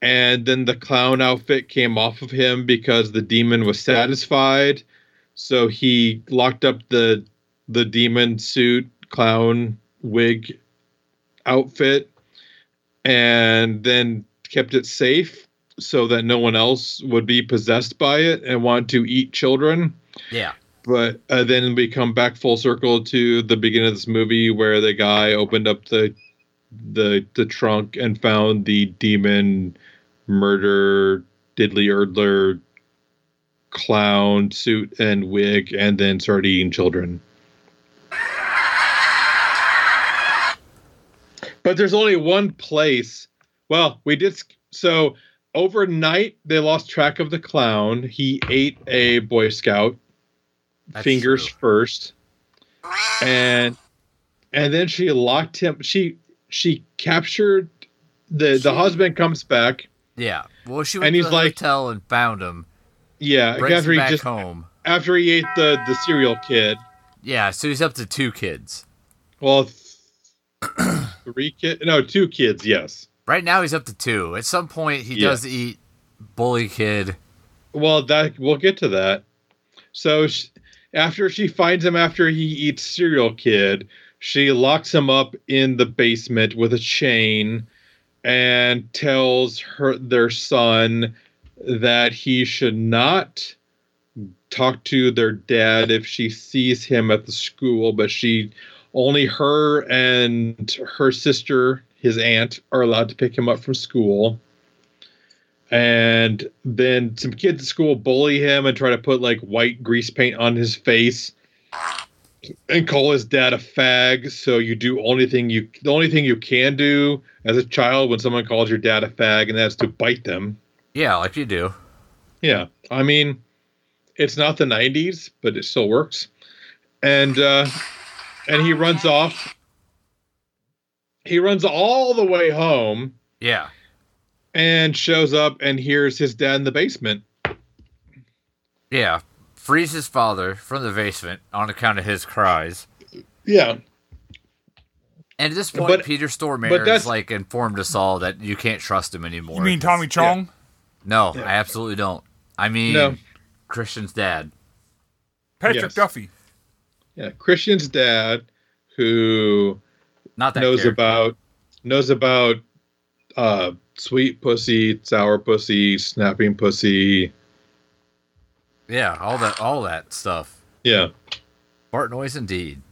Speaker 3: and then the clown outfit came off of him because the demon was satisfied, so he locked up the the demon suit clown wig outfit and then kept it safe so that no one else would be possessed by it and want to eat children.
Speaker 1: yeah,
Speaker 3: But uh, then we come back full circle to the beginning of this movie where the guy opened up the the the trunk and found the demon murder diddly erdler clown suit and wig and then started eating children. But there's only one place. Well, we did sk- so overnight they lost track of the clown. He ate a boy scout
Speaker 1: that's
Speaker 3: fingers
Speaker 1: true.
Speaker 3: first and and then she locked him. She she captured the the husband comes back.
Speaker 1: Yeah. Well, she went
Speaker 3: And
Speaker 1: to
Speaker 3: he's
Speaker 1: the
Speaker 3: like-
Speaker 1: hotel and found him.
Speaker 3: Yeah,
Speaker 1: Brings
Speaker 3: after
Speaker 1: him
Speaker 3: he
Speaker 1: back
Speaker 3: just
Speaker 1: home.
Speaker 3: after he ate the the cereal kid.
Speaker 1: Yeah. So he's up to two kids.
Speaker 3: Well, th- three kids. No, two kids. Yes.
Speaker 1: Right now he's up to two. At some point he
Speaker 3: Yeah.
Speaker 1: does eat bully kid.
Speaker 3: Well, that we'll get to that. So sh after she finds him after he eats cereal kid, she locks him up in the basement with a chain and tells her their son that he should not talk to their dad if she sees him at the school, but she only her and her sister, his aunt, are allowed to pick him up from school and then some kids at school bully him and try to put like white grease paint on his face and call his dad a fag so you do only thing you the only thing you can do as a child when someone calls your dad a fag and that's to bite them
Speaker 1: Yeah, like you do.
Speaker 3: yeah i mean it's not the 90s but it still works and uh and he runs off he runs all the way home
Speaker 1: Yeah.
Speaker 3: and shows up and hears his dad in the basement
Speaker 1: Yeah. Frees his father from the basement on account of his cries.
Speaker 3: yeah
Speaker 1: And at this point,
Speaker 3: But-
Speaker 1: Peter
Speaker 3: but
Speaker 1: Stormare
Speaker 3: that's-
Speaker 1: has like informed us all that you can't trust him anymore.
Speaker 2: You mean Tommy Chong?
Speaker 1: No, I absolutely don't. I mean,
Speaker 3: No.
Speaker 1: Christian's dad.
Speaker 2: Patrick
Speaker 3: Yes.
Speaker 2: Duffy.
Speaker 3: Yeah, Christian's dad, who
Speaker 1: Not that
Speaker 3: knows
Speaker 1: character.
Speaker 3: about knows about uh, sweet pussy, sour pussy, snapping pussy.
Speaker 1: Yeah, all that, all that stuff.
Speaker 3: Yeah,
Speaker 1: Bart Noise, indeed.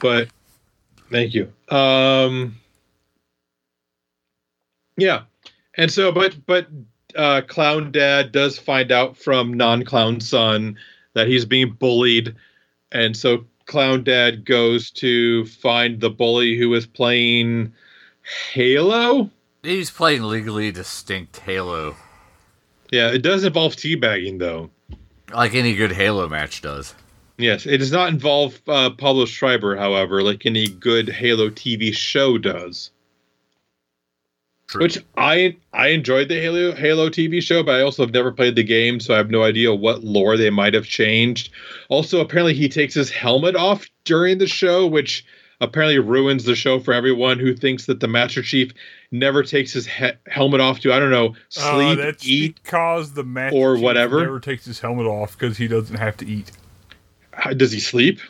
Speaker 3: but thank you. Um, yeah, and so, but but uh, clown dad does find out from non clown son that he's being bullied, and so clown dad goes to find the bully who is playing Halo.
Speaker 1: He's playing legally distinct Halo,
Speaker 3: Yeah, it does involve teabagging, though.
Speaker 1: like any good Halo match does.
Speaker 3: Yes, it does not involve uh, Pablo Schreiber, however, like any good Halo TV show does.
Speaker 1: True.
Speaker 3: Which I I enjoyed the Halo Halo TV show, but I also have never played the game, so I have no idea what lore they might have changed. Also, apparently he takes his helmet off during the show, which apparently ruins the show for everyone who thinks that the Master Chief never takes his he- helmet off to I don't know
Speaker 2: Uh,
Speaker 3: sleep,
Speaker 2: that's
Speaker 3: eat,
Speaker 2: because the match
Speaker 3: or whatever.
Speaker 2: never takes his helmet off because he doesn't have to eat
Speaker 3: how- does he sleep?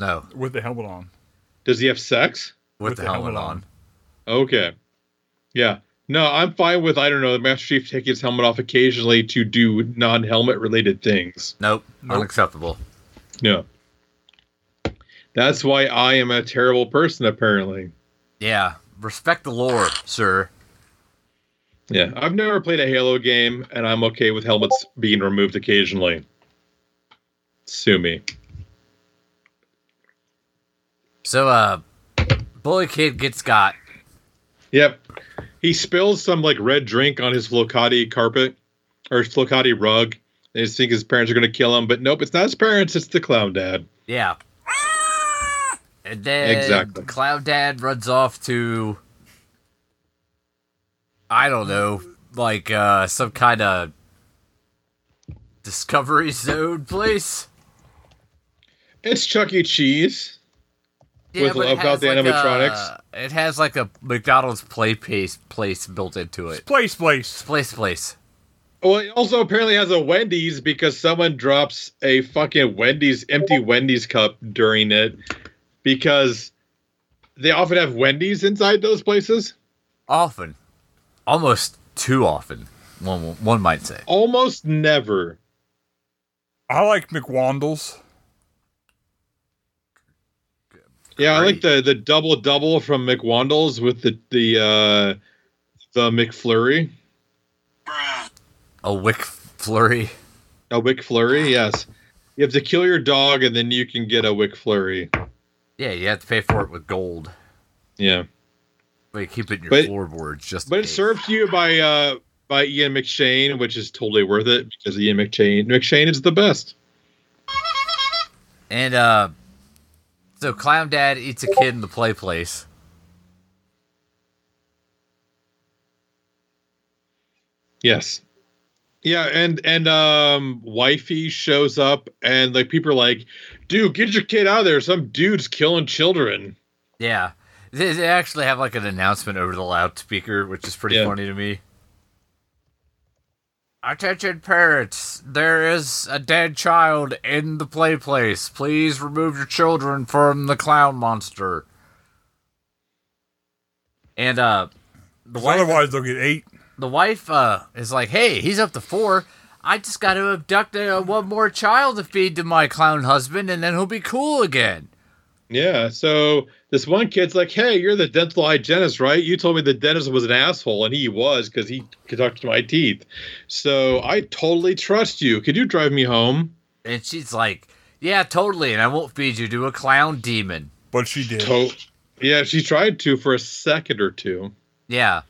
Speaker 1: No,
Speaker 2: with the helmet on.
Speaker 3: Does he have sex?
Speaker 1: with, the, helmet, on.
Speaker 3: Okay. Yeah. No, I'm fine with I don't know the Master Chief taking his helmet off occasionally to do non-helmet related things.
Speaker 1: Nope, unacceptable.
Speaker 3: No. That's why I am a terrible person apparently.
Speaker 1: Yeah, respect the lore, sir.
Speaker 3: Yeah. I've never played a Halo game and I'm okay with helmets being removed occasionally. Sue me.
Speaker 1: So, uh, bully kid gets got.
Speaker 3: Yep. He spills some like red drink on his Flocati carpet or his Flocati rug. They just think his parents are going to kill him, but nope, it's not his parents, it's the clown dad.
Speaker 1: Yeah. And then
Speaker 3: Exactly.
Speaker 1: Cloud Dad runs off to I don't know, like uh some kind of discovery zone place.
Speaker 3: It's Chuck E. Cheese. With
Speaker 1: but it
Speaker 3: about
Speaker 1: has
Speaker 3: the
Speaker 1: like
Speaker 3: animatronics?
Speaker 1: a- it has like a McDonald's play place place built into it.
Speaker 2: Place, place.
Speaker 1: Place place.
Speaker 3: Well, it also apparently has a Wendy's because someone drops a fucking Wendy's empty Wendy's cup during it because they often have Wendy's inside those places.
Speaker 1: Often. Almost too often, one one might say.
Speaker 3: Almost never.
Speaker 2: I like McWandles.
Speaker 3: Yeah, I like
Speaker 1: Great.
Speaker 3: the the double double from McWandles with the the uh the McFlurry.
Speaker 1: A wick flurry.
Speaker 3: A Wick Flurry, yes. You have to kill your dog and then you can get a Wick Flurry.
Speaker 1: Yeah, you have to pay for it with gold.
Speaker 3: Yeah.
Speaker 1: But you keep it in your
Speaker 3: But-
Speaker 1: floorboards just in
Speaker 3: But it's
Speaker 1: case.
Speaker 3: served to you by uh by Ian McShane, which is totally worth it because Ian McShane McShane is the best.
Speaker 1: And uh So clown dad eats a kid in the play place.
Speaker 3: Yes. Yeah, and and um wifey shows up and like people are like, dude, get your kid out of there. Some dude's killing children.
Speaker 1: Yeah, they, they actually have like an announcement over the loudspeaker, which is pretty
Speaker 3: Yeah.
Speaker 1: funny to me. Attention parents, there is a dead child in the play place. Please remove your children from the clown monster. And uh the wife
Speaker 2: Otherwise, they'll get eight.
Speaker 1: the wife uh, is like, "Hey, he's up to four. I just got to abduct uh, one more child to feed to my clown husband, and then he'll be cool again."
Speaker 3: Yeah. So this one kid's like, Hey, you're the dental hygienist, right? You told me the dentist was an asshole, and he was because he conducted my teeth. So I totally trust you. Could you drive me home?
Speaker 1: And she's like, "Yeah, totally, and I won't feed you to a clown demon."
Speaker 2: But she did.
Speaker 3: To- yeah, she tried to for a second or two.
Speaker 1: Yeah,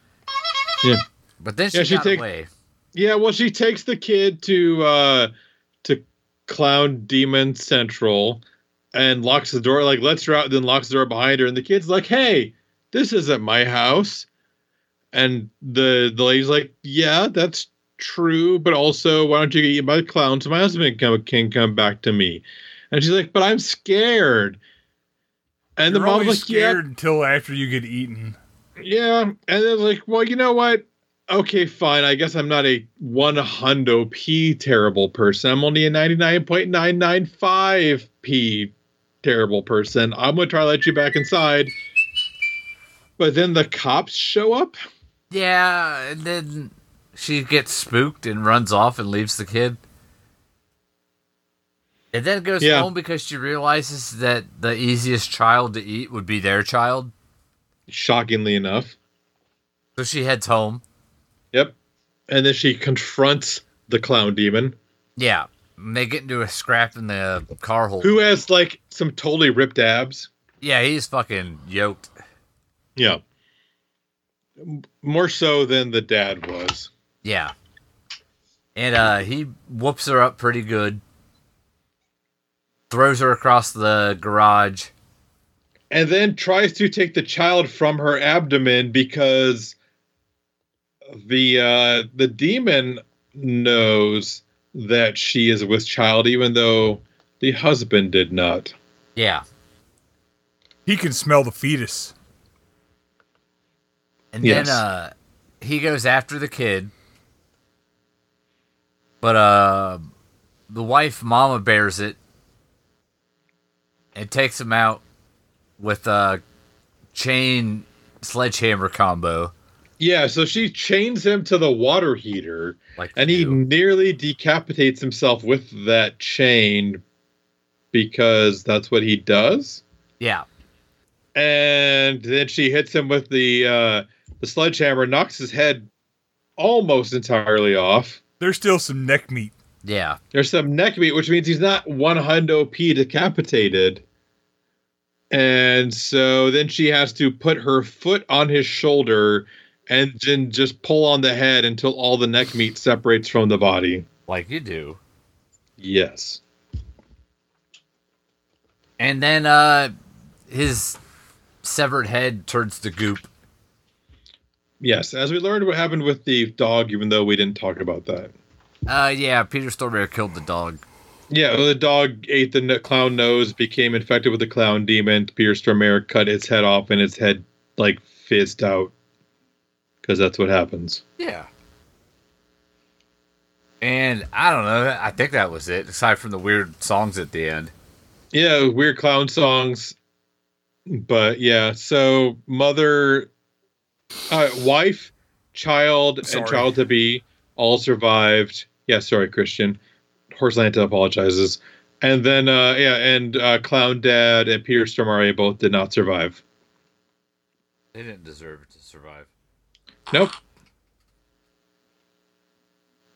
Speaker 3: Yeah.
Speaker 1: but then she
Speaker 3: Yeah, she
Speaker 1: got
Speaker 3: take-
Speaker 1: away.
Speaker 3: Yeah, well, she takes the kid to uh to Clown Demon Central and locks the door, like lets her out, then locks the door behind her, and the kid's like, "Hey, this isn't my house." And the the lady's like, "Yeah, that's true, but also, why don't you get eaten by the clown so my husband can come, can come back to me?" And she's like, "But I'm scared." And the
Speaker 2: You're
Speaker 3: mom's
Speaker 2: only
Speaker 3: like, "Yeah,
Speaker 2: scared until after you get eaten.
Speaker 3: yeah, and then like, well, you know what? Okay, fine. I guess I'm not a one hundo p terrible person. I'm only a ninety nine point nine nine five p terrible person. I'm gonna try to let you back inside. But then the cops show up.
Speaker 1: Yeah, and then she gets spooked and runs off and leaves the kid. And then goes
Speaker 3: Yeah.
Speaker 1: home because she realizes that the easiest child to eat would be their child.
Speaker 3: Shockingly enough.
Speaker 1: So she heads home.
Speaker 3: Yep. And then she confronts the clown demon,
Speaker 1: Yeah. And they get into a scrap in the car hole.
Speaker 3: who has like some totally ripped abs.
Speaker 1: Yeah, he's fucking yoked.
Speaker 3: Yeah. M- More so than the dad was.
Speaker 1: Yeah. And uh he whoops her up pretty good. Throws her across the garage.
Speaker 3: and then tries to take the child from her abdomen because the uh, the demon knows that she is with child, even though the husband did not.
Speaker 1: Yeah.
Speaker 2: He can smell the fetus.
Speaker 1: And
Speaker 3: Yes.
Speaker 1: then uh he goes after the kid. But uh the wife mama bears it and takes him out with a chain sledgehammer combo.
Speaker 3: Yeah, so she chains him to the water heater,
Speaker 1: Like
Speaker 3: and he
Speaker 1: you.
Speaker 3: nearly decapitates himself with that chain because that's what he does.
Speaker 1: Yeah.
Speaker 3: and then she hits him with the uh, the sledgehammer, knocks his head almost entirely off.
Speaker 2: There's still some neck meat.
Speaker 1: Yeah.
Speaker 3: There's some neck meat, which means he's not one hundo p decapitated. And so then she has to put her foot on his shoulder and then just pull on the head until all the neck meat separates from the body.
Speaker 1: Like you do.
Speaker 3: Yes.
Speaker 1: And then uh his severed head turns to goop.
Speaker 3: Yes. As we learned what happened with the dog, even though we didn't talk about that.
Speaker 1: Uh yeah, Peter Stormare killed the dog.
Speaker 3: Yeah, well, the dog ate the n- clown nose, became infected with the clown demon. Peter Stormare cut its head off, and its head like fizzed out because that's what happens.
Speaker 1: Yeah. And I don't know, I think that was it, aside from the weird songs at the end.
Speaker 3: Yeah, weird clown songs, but yeah. So mother, uh, wife, child,
Speaker 2: Sorry.
Speaker 3: and child to be all survived. Yeah, sorry, Christian. Horselanta apologizes, and then uh, yeah, and uh, clown dad and Peter Stormare both did not survive.
Speaker 1: They didn't deserve to survive.
Speaker 3: Nope.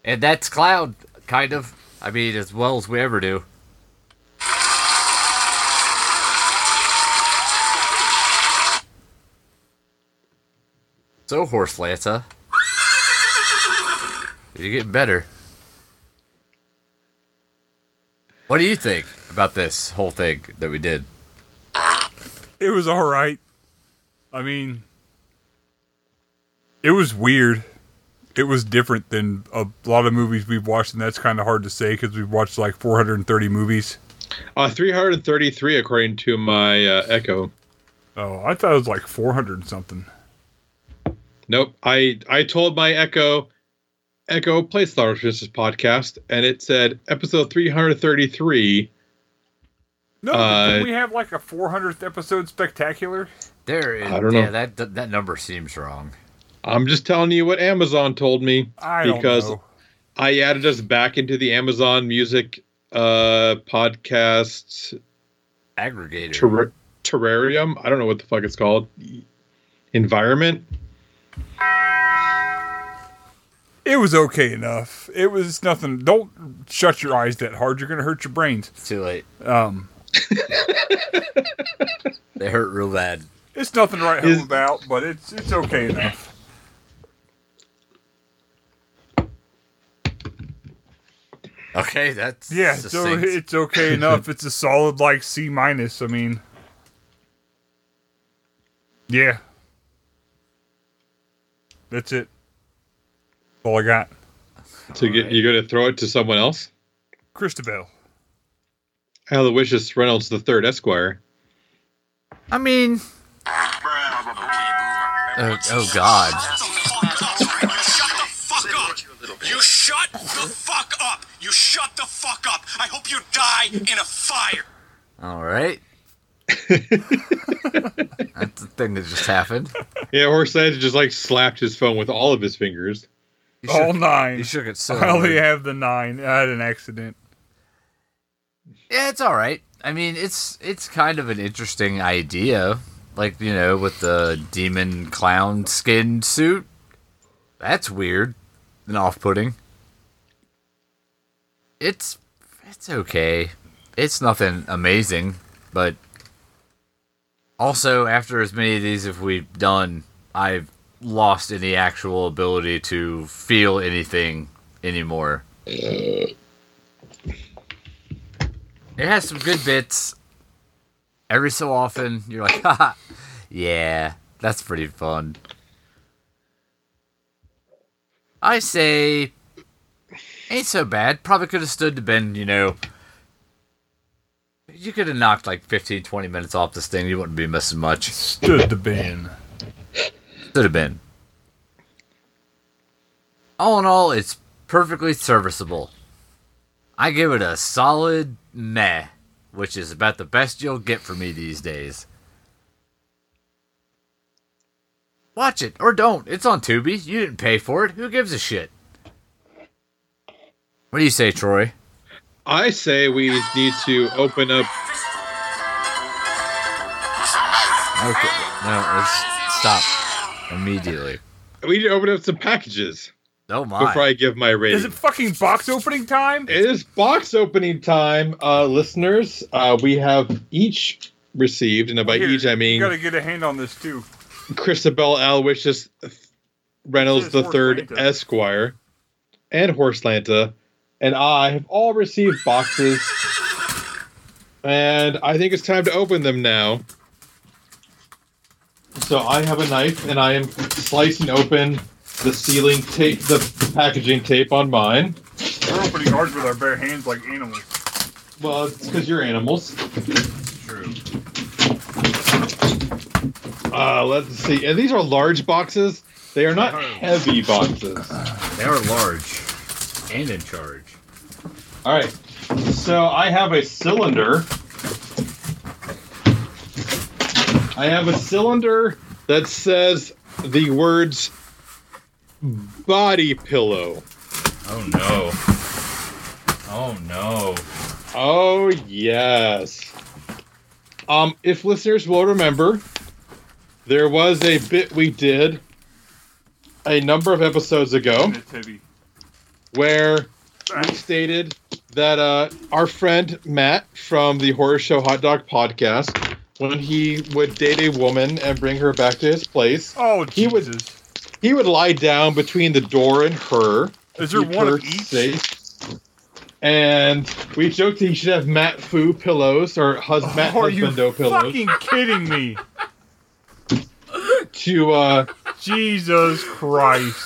Speaker 1: And that's Cloud, kind of. I mean, as well as we ever do. So, Horse Lanta. You're getting better. What do you think about this whole thing that we did?
Speaker 6: I
Speaker 2: It was all right. I mean, it was weird. It was different than a lot of movies we've watched, and that's kind of hard to say because we've watched like 430 movies.
Speaker 3: Uh, 333, according to my uh, Echo.
Speaker 2: Oh, I thought it was like 400 something.
Speaker 3: Nope. I I told my Echo, Echo play Star Wars Resistance podcast, and it said episode 333.
Speaker 2: No,
Speaker 3: Uh,
Speaker 2: didn't we have like a 400th episode spectacular?
Speaker 1: There is.
Speaker 3: I don't
Speaker 1: yeah,
Speaker 3: know.
Speaker 1: that that that number seems wrong.
Speaker 3: I'm just telling you what Amazon told me
Speaker 2: I don't
Speaker 3: because
Speaker 2: know.
Speaker 3: I added us back into the Amazon Music uh, podcast
Speaker 1: Aggregator.
Speaker 3: terra- terrarium. I don't know what the fuck it's called. Environment.
Speaker 2: It was okay enough. It was nothing. Don't shut your eyes that hard. You're going to hurt your brains.
Speaker 1: It's too late.
Speaker 2: Um,
Speaker 1: They hurt real bad.
Speaker 2: It's nothing to write home
Speaker 3: Is-
Speaker 2: about, but it's it's okay enough.
Speaker 1: Okay, that's
Speaker 2: Yeah, so
Speaker 1: succinct.
Speaker 2: it's okay enough. It's a solid like C minus. I mean, yeah, that's it. All I got,
Speaker 3: So you, you're going to throw it to someone else?
Speaker 2: Christabel.
Speaker 3: How the wishes Reynolds the Third Esquire.
Speaker 1: I mean, oh, oh God,
Speaker 7: Shut the fuck up! You shut the fuck up! You shut the fuck up! I hope you die in a fire!
Speaker 1: all right. that's the thing that just happened.
Speaker 3: Yeah, Horse Edge just like slapped his phone with all of his fingers.
Speaker 1: You
Speaker 2: All
Speaker 1: shook,
Speaker 2: nine.
Speaker 1: you shook it so.
Speaker 2: I only
Speaker 1: hard.
Speaker 2: have the nine. I had an accident.
Speaker 1: Yeah, it's all right. I mean, it's it's kind of an interesting idea, like you know, with the demon clown skin suit. That's weird and off-putting. It's it's okay. It's nothing amazing, but also after as many of these as we've done, I've lost any actual ability to feel anything anymore. It has some good bits. Every so often, you're like, "Ha, yeah, that's pretty fun." I say, ain't so bad. Probably could have stood to Ben, you know. You could have knocked like 15, 20 minutes off this thing. You wouldn't be missing much.
Speaker 2: Stood the bin.
Speaker 1: Should have been. All in all, it's perfectly serviceable. I give it a solid meh, which is about the best you'll get from me these days. Watch it or don't. It's on Tubi. You didn't pay for it. Who gives a shit? What do you say, Troy?
Speaker 3: I say we need to open up.
Speaker 1: Okay. No, let's stop immediately.
Speaker 3: We need to open up some packages
Speaker 1: Oh my.
Speaker 3: before I give my rating.
Speaker 2: Is it fucking box opening time?
Speaker 3: It is box opening time, uh, listeners. Uh, we have each received, and by
Speaker 2: Here,
Speaker 3: each I
Speaker 2: you
Speaker 3: mean
Speaker 2: gotta get a hand on this too.
Speaker 3: Christabel Aloysius Reynolds
Speaker 2: This is Horse
Speaker 3: III
Speaker 2: Lanta.
Speaker 3: Esquire and Horselanta, and I have all received boxes, and I think it's time to open them now. So I have a knife, and I am slicing open the sealing tape, the packaging tape on mine.
Speaker 2: We're opening ours with our bare hands like animals.
Speaker 3: Well, it's because you're animals.
Speaker 2: True.
Speaker 3: Uh, let's see. And these are large boxes. They are not heavy boxes.
Speaker 1: They are large and in charge.
Speaker 3: All right. So I have a cylinder. I have a cylinder that says the words body pillow.
Speaker 1: Oh no. Oh no.
Speaker 3: Oh, yes. Um, if listeners will remember, there was a bit we did a number of episodes ago
Speaker 2: And it's heavy.
Speaker 3: where we stated that uh, our friend Matt from the Horror Show Hot Dog podcast, when he would date a woman and bring her back to his place,
Speaker 2: Oh
Speaker 3: He was-
Speaker 2: Jesus!
Speaker 3: he would lie down between the door and her.
Speaker 2: Is there
Speaker 3: Keep
Speaker 2: one
Speaker 3: her
Speaker 2: of each?
Speaker 3: safe. And we joked he should have Matt Fu pillows or hus- Matt
Speaker 2: Oh, Are you
Speaker 3: Husbando pillows
Speaker 2: fucking kidding me?
Speaker 3: to uh,
Speaker 2: Jesus Christ.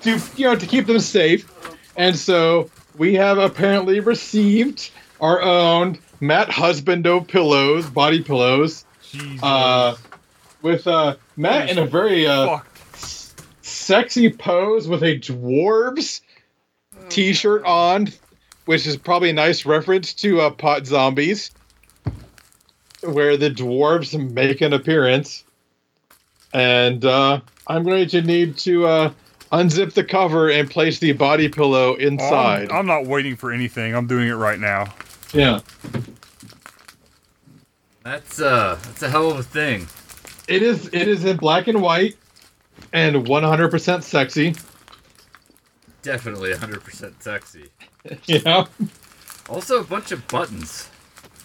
Speaker 3: to you know to keep them safe. And so we have apparently received our own Matt Husbando pillows, body pillows,
Speaker 2: Jesus.
Speaker 3: uh, with uh, Matt in a very uh,
Speaker 2: Fuck.
Speaker 3: sexy pose with a dwarves t-shirt on, which is probably a nice reference to uh, Pot Zombies, where the dwarves make an appearance. And uh, I'm going to need to uh, unzip the cover and place the body pillow
Speaker 2: Oh,
Speaker 3: inside.
Speaker 2: I'm, I'm not waiting for anything. I'm doing it right now.
Speaker 3: yeah,
Speaker 1: That's uh, that's a hell of a thing.
Speaker 3: it is. It is in black and white, and 100% sexy.
Speaker 1: Definitely 100% sexy.
Speaker 3: Yeah.
Speaker 1: Also, a bunch of buttons.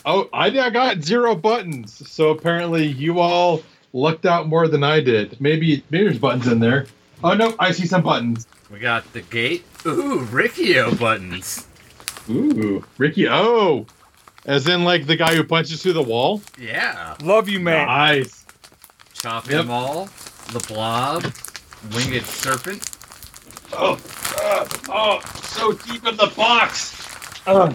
Speaker 3: Oh, I, I got zero buttons. So apparently you all lucked out more than I did. Maybe maybe there's buttons in there. Oh no, I see some buttons.
Speaker 1: We got the gate. Ooh, Riccio buttons.
Speaker 3: Ooh, Ricky. Oh, as in like the guy who punches through the wall.
Speaker 1: Yeah.
Speaker 2: Love you, man.
Speaker 3: Nice.
Speaker 1: Chop
Speaker 3: Yep.
Speaker 1: them all. The blob. Winged serpent.
Speaker 3: Oh, uh, oh, so deep in the box. Uh,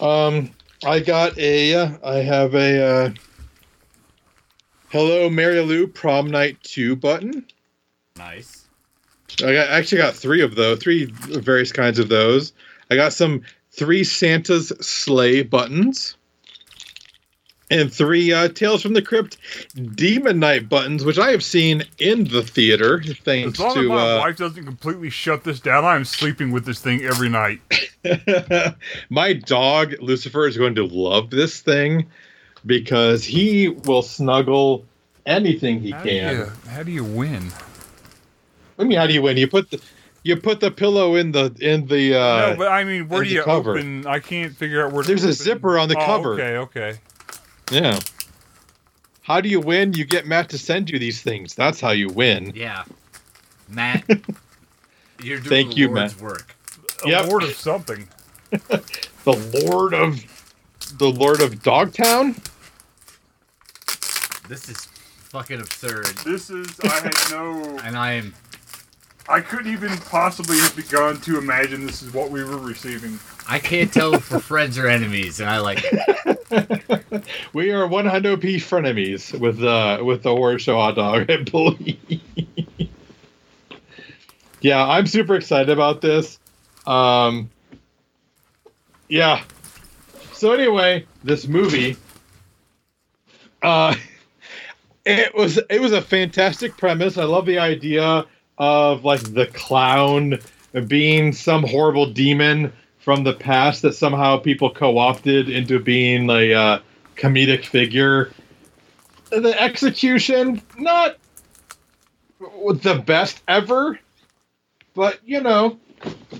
Speaker 3: um, I got a. uh, I have a. Uh, Hello, Mary Lou, prom night two button.
Speaker 1: Nice.
Speaker 3: I got, actually got three of those, three various kinds of those. I got some three Santa's sleigh buttons, and three uh, Tales from the Crypt Demon Night buttons, which I have seen in the theater thanks
Speaker 2: As long as
Speaker 3: to
Speaker 2: my
Speaker 3: uh,
Speaker 2: wife doesn't completely shut this down, I am sleeping with this thing every night.
Speaker 3: my dog Lucifer is going to love this thing because he will snuggle anything he
Speaker 2: How do
Speaker 3: can.
Speaker 2: you, how do you win?
Speaker 3: I mean, how do you win? You put the you put the pillow in the in the uh,
Speaker 2: no, but I mean, where do
Speaker 3: and the
Speaker 2: you
Speaker 3: cover.
Speaker 2: open? I can't figure out where. to
Speaker 3: There's a
Speaker 2: open-
Speaker 3: zipper on the
Speaker 2: Oh,
Speaker 3: cover.
Speaker 2: Okay, okay.
Speaker 3: Yeah. How do you win? You get Matt to send you these things. That's how you win.
Speaker 1: Yeah. Matt. You're doing
Speaker 3: Thank
Speaker 1: the
Speaker 3: you,
Speaker 1: Lord's
Speaker 3: Matt.
Speaker 1: work.
Speaker 2: A
Speaker 3: Yep.
Speaker 2: lord of something.
Speaker 3: The Lord of the Lord of Dogtown?
Speaker 1: This is fucking absurd.
Speaker 2: This is. I had no.
Speaker 1: And I am
Speaker 2: I couldn't even possibly have begun to imagine this is what we were receiving.
Speaker 1: I can't tell if we're friends or enemies, and I like it.
Speaker 3: We are 100p frenemies with uh with the horror show hot dog, I believe. yeah, I'm super excited about this. Um Yeah. So anyway, this movie uh it was it was a fantastic premise. I love the idea of like the clown being some horrible demon from the past that somehow people co-opted into being a uh, comedic figure. The execution not the best ever, but you know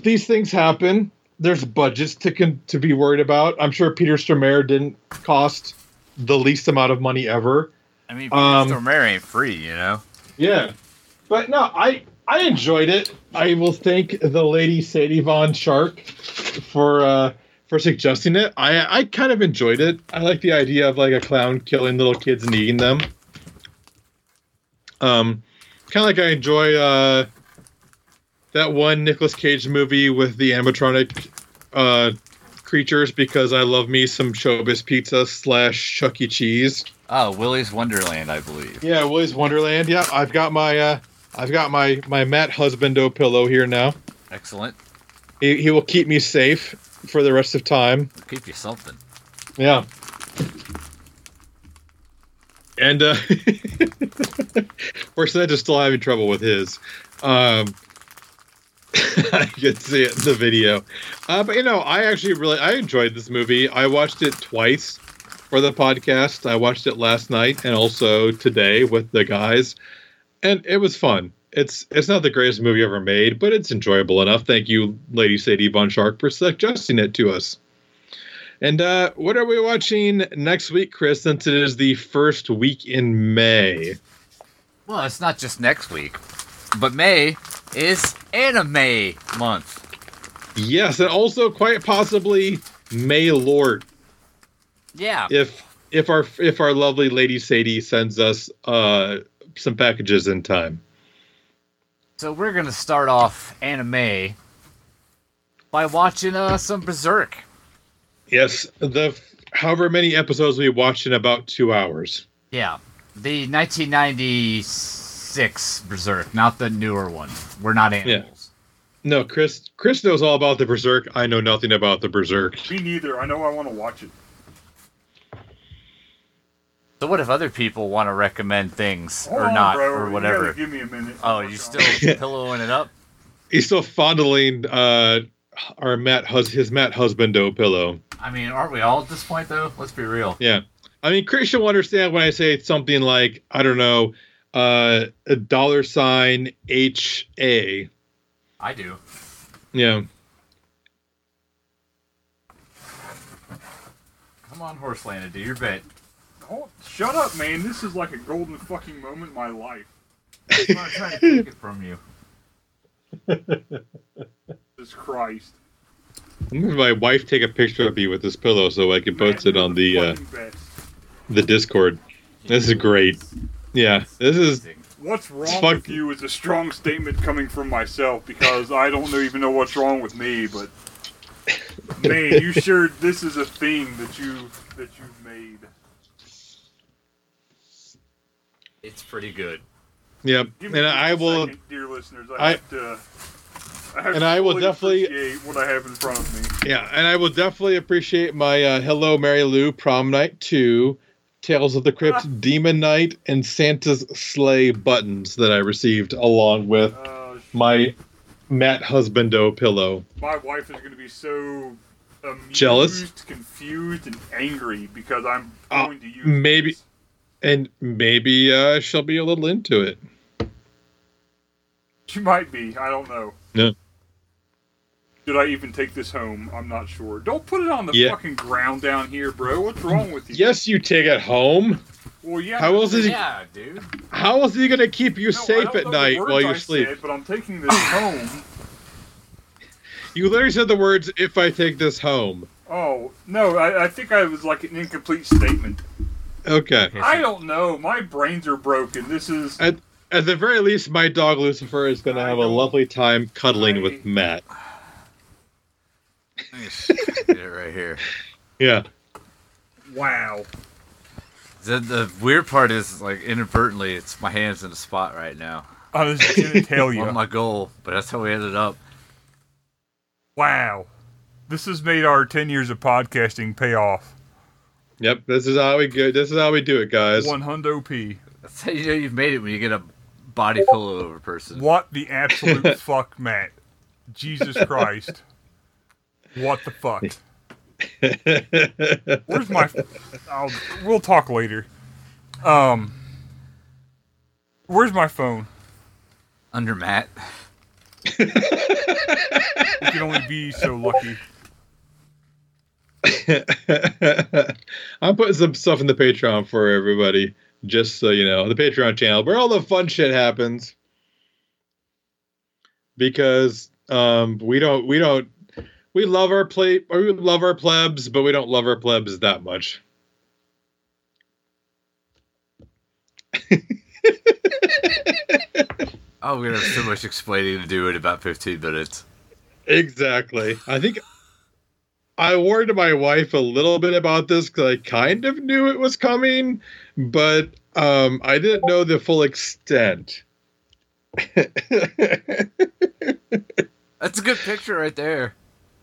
Speaker 3: these things happen. There's budgets to con- to be worried about. I'm sure Peter Stormare didn't cost the least amount of money ever.
Speaker 1: I mean,
Speaker 3: Um,
Speaker 1: Stormare ain't free, you know.
Speaker 3: Yeah, but no, I I enjoyed it. I will thank the lady Sadie Von Shark for uh, for suggesting it. I I kind of enjoyed it. I like the idea of like a clown killing little kids and eating them. Um, kind of like I enjoy uh, that one Nicolas Cage movie with the animatronic uh, creatures because I love me some Showbiz Pizza slash Chuck E. Cheese.
Speaker 1: Oh, Willy's Wonderland, I believe.
Speaker 3: Yeah, Willy's Wonderland. Yeah, I've got my uh, I've got my my Matt Husbando pillow here now.
Speaker 1: Excellent.
Speaker 3: He, he will keep me safe for the rest of time.
Speaker 1: Keep you something.
Speaker 3: Yeah. And uh Orson is still having trouble with his. Um I could see it in the video. Uh, but you know, I actually really I enjoyed this movie. I watched it twice for the podcast. I watched it last night and also today with the guys. And it was fun. It's it's not the greatest movie ever made, but it's enjoyable enough. Thank you, Lady Sadie Von Shark, for suggesting it to us. And uh, what are we watching next week, Chris? Since it is the first week in May.
Speaker 1: Well, it's not just next week, but May is anime month.
Speaker 3: Yes, and also quite possibly May Lord,
Speaker 1: Yeah.
Speaker 3: if if our if our lovely lady Sadie sends us uh some packages in time.
Speaker 1: So we're gonna start off anime by watching uh, some Berserk.
Speaker 3: Yes, the however many episodes we watched in about two hours.
Speaker 1: Yeah, the 1996 Berserk, not the newer one. We're not animals.
Speaker 3: No, Chris Chris knows all about the Berserk. I know nothing about the Berserk.
Speaker 2: Me neither. I know I want to watch it.
Speaker 1: So what if other people want to recommend things
Speaker 2: Hold
Speaker 1: or
Speaker 2: on,
Speaker 1: not
Speaker 2: bro.
Speaker 1: or
Speaker 2: You
Speaker 1: whatever?
Speaker 2: gotta give me a minute.
Speaker 1: oh, you still pillowing it up?
Speaker 3: He's still fondling uh our Matt hus- his Matt husbando pillow.
Speaker 1: I mean, aren't we all at this point though? Let's be real.
Speaker 3: Yeah. I mean, Chris will understand when I say it's something like, I don't know, uh, a dollar sign H A.
Speaker 1: I do.
Speaker 3: Yeah.
Speaker 1: Come on, Horseland, do your bit.
Speaker 2: Hold- shut up, man. This is like a golden fucking moment in my life.
Speaker 1: I'm not trying to take it from you.
Speaker 2: Jesus Christ.
Speaker 3: I'm gonna have my wife take a picture of me with this pillow so I can post it
Speaker 2: Man,
Speaker 3: on the
Speaker 2: you're
Speaker 3: uh,
Speaker 2: fucking best.
Speaker 3: the Discord. This is great. Yeah. This is
Speaker 2: What's wrong
Speaker 3: Fuck.
Speaker 2: with you is a strong statement coming from myself because I don't know- even know what's wrong with me, but man, you sure this is a thing that you that you've made.
Speaker 1: It's pretty good.
Speaker 3: yep.
Speaker 2: Give
Speaker 3: And
Speaker 2: me just
Speaker 3: I
Speaker 2: a
Speaker 3: will
Speaker 2: second, dear listeners, I,
Speaker 3: I-
Speaker 2: have to I have
Speaker 3: and
Speaker 2: to
Speaker 3: I will
Speaker 2: fully
Speaker 3: definitely-
Speaker 2: appreciate what I have in front of me.
Speaker 3: yeah, and I will definitely appreciate my uh, Hello Mary Lou Prom Night 2, Tales of the Crypt, Demon Knight, and Santa's Sleigh buttons that I received along with
Speaker 2: Uh,
Speaker 3: my Matt Husbando pillow.
Speaker 2: my wife is going to be so amused,
Speaker 3: Jealous?
Speaker 2: confused, and angry because I'm
Speaker 3: Uh,
Speaker 2: going to use
Speaker 3: maybe-
Speaker 2: this.
Speaker 3: and maybe uh, she'll be a little into it.
Speaker 2: She might be. I don't know.
Speaker 3: Yeah.
Speaker 2: Did I even take this home? I'm not sure. Don't put it on the
Speaker 3: Yeah.
Speaker 2: fucking ground down here, bro. What's wrong with you?
Speaker 3: Yes, you take it home.
Speaker 2: Well, yeah.
Speaker 3: How else is he,
Speaker 1: Yeah, dude.
Speaker 3: how else is he gonna keep you
Speaker 2: no, I
Speaker 3: safe
Speaker 2: don't
Speaker 3: at
Speaker 2: know the
Speaker 3: night
Speaker 2: words
Speaker 3: while
Speaker 2: I
Speaker 3: you sleep?
Speaker 2: Said, but I'm taking this home.
Speaker 3: You literally said the words, "If I take this home."
Speaker 2: Oh no, I, I think I was like an incomplete statement.
Speaker 3: Okay.
Speaker 2: I don't know. My brains are broken. This is.
Speaker 3: At, at the very least, my dog Lucifer is gonna
Speaker 2: I
Speaker 3: have a
Speaker 2: don't-
Speaker 3: lovely time cuddling
Speaker 2: I-
Speaker 3: with Matt.
Speaker 1: Let me just Get it right here.
Speaker 3: Yeah.
Speaker 2: Wow.
Speaker 1: The, the weird part is like inadvertently, it's my hands in a spot right now.
Speaker 2: I was gonna tell
Speaker 1: On my goal, but that's how we ended up.
Speaker 2: Wow. This has made our ten years of podcasting pay off.
Speaker 3: Yep. This is how we go. This is how we do it, guys.
Speaker 2: One hundo p.
Speaker 1: That's how you know you've made it when you get a body pillow over a person.
Speaker 2: What the absolute fuck, Matt? Jesus Christ. What the fuck? Where's my. I'll, we'll talk later. Um. Where's my phone?
Speaker 1: Under Matt.
Speaker 2: You can only be so lucky.
Speaker 3: I'm putting some stuff in the Patreon for everybody, just so you know, the Patreon channel where all the fun shit happens. Because um, we don't, we don't, we love our play, or we love our plebs, but we don't love our plebs that much.
Speaker 1: Oh, we're gonna have so much explaining to do in about 15 minutes.
Speaker 3: Exactly. I think I warned my wife a little bit about this because I kind of knew it was coming, but um, I didn't know the full extent.
Speaker 1: That's a good picture right there.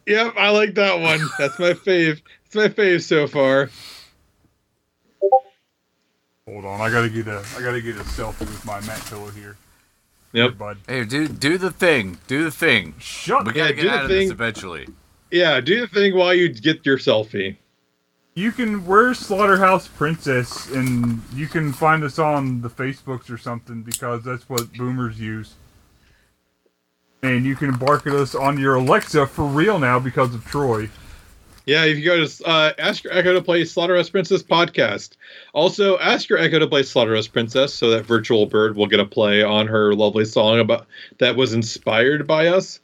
Speaker 3: Yep, I like that one. That's my fave. It's my fave so far.
Speaker 2: Hold on, I gotta get a I gotta get a selfie with my Matt pillow here,
Speaker 3: Yep.
Speaker 2: bud.
Speaker 1: Hey, do do the thing. Do the thing.
Speaker 2: Shut
Speaker 1: We
Speaker 2: up.
Speaker 1: gotta
Speaker 3: Yeah,
Speaker 1: get
Speaker 3: do the
Speaker 1: out of this
Speaker 3: thing.
Speaker 1: eventually.
Speaker 3: Yeah, do the thing while you get your selfie.
Speaker 2: You can wear Slaughterhouse Princess, and you can find us on the Facebooks or something because that's what boomers use. And you can bark at us on your Alexa for real now because of Troy.
Speaker 3: Yeah, if you go to uh, ask your Echo to play Slaughterhouse Princess podcast. Also, ask your Echo to play Slaughterhouse Princess so that virtual bird will get a play on her lovely song about that was inspired by us.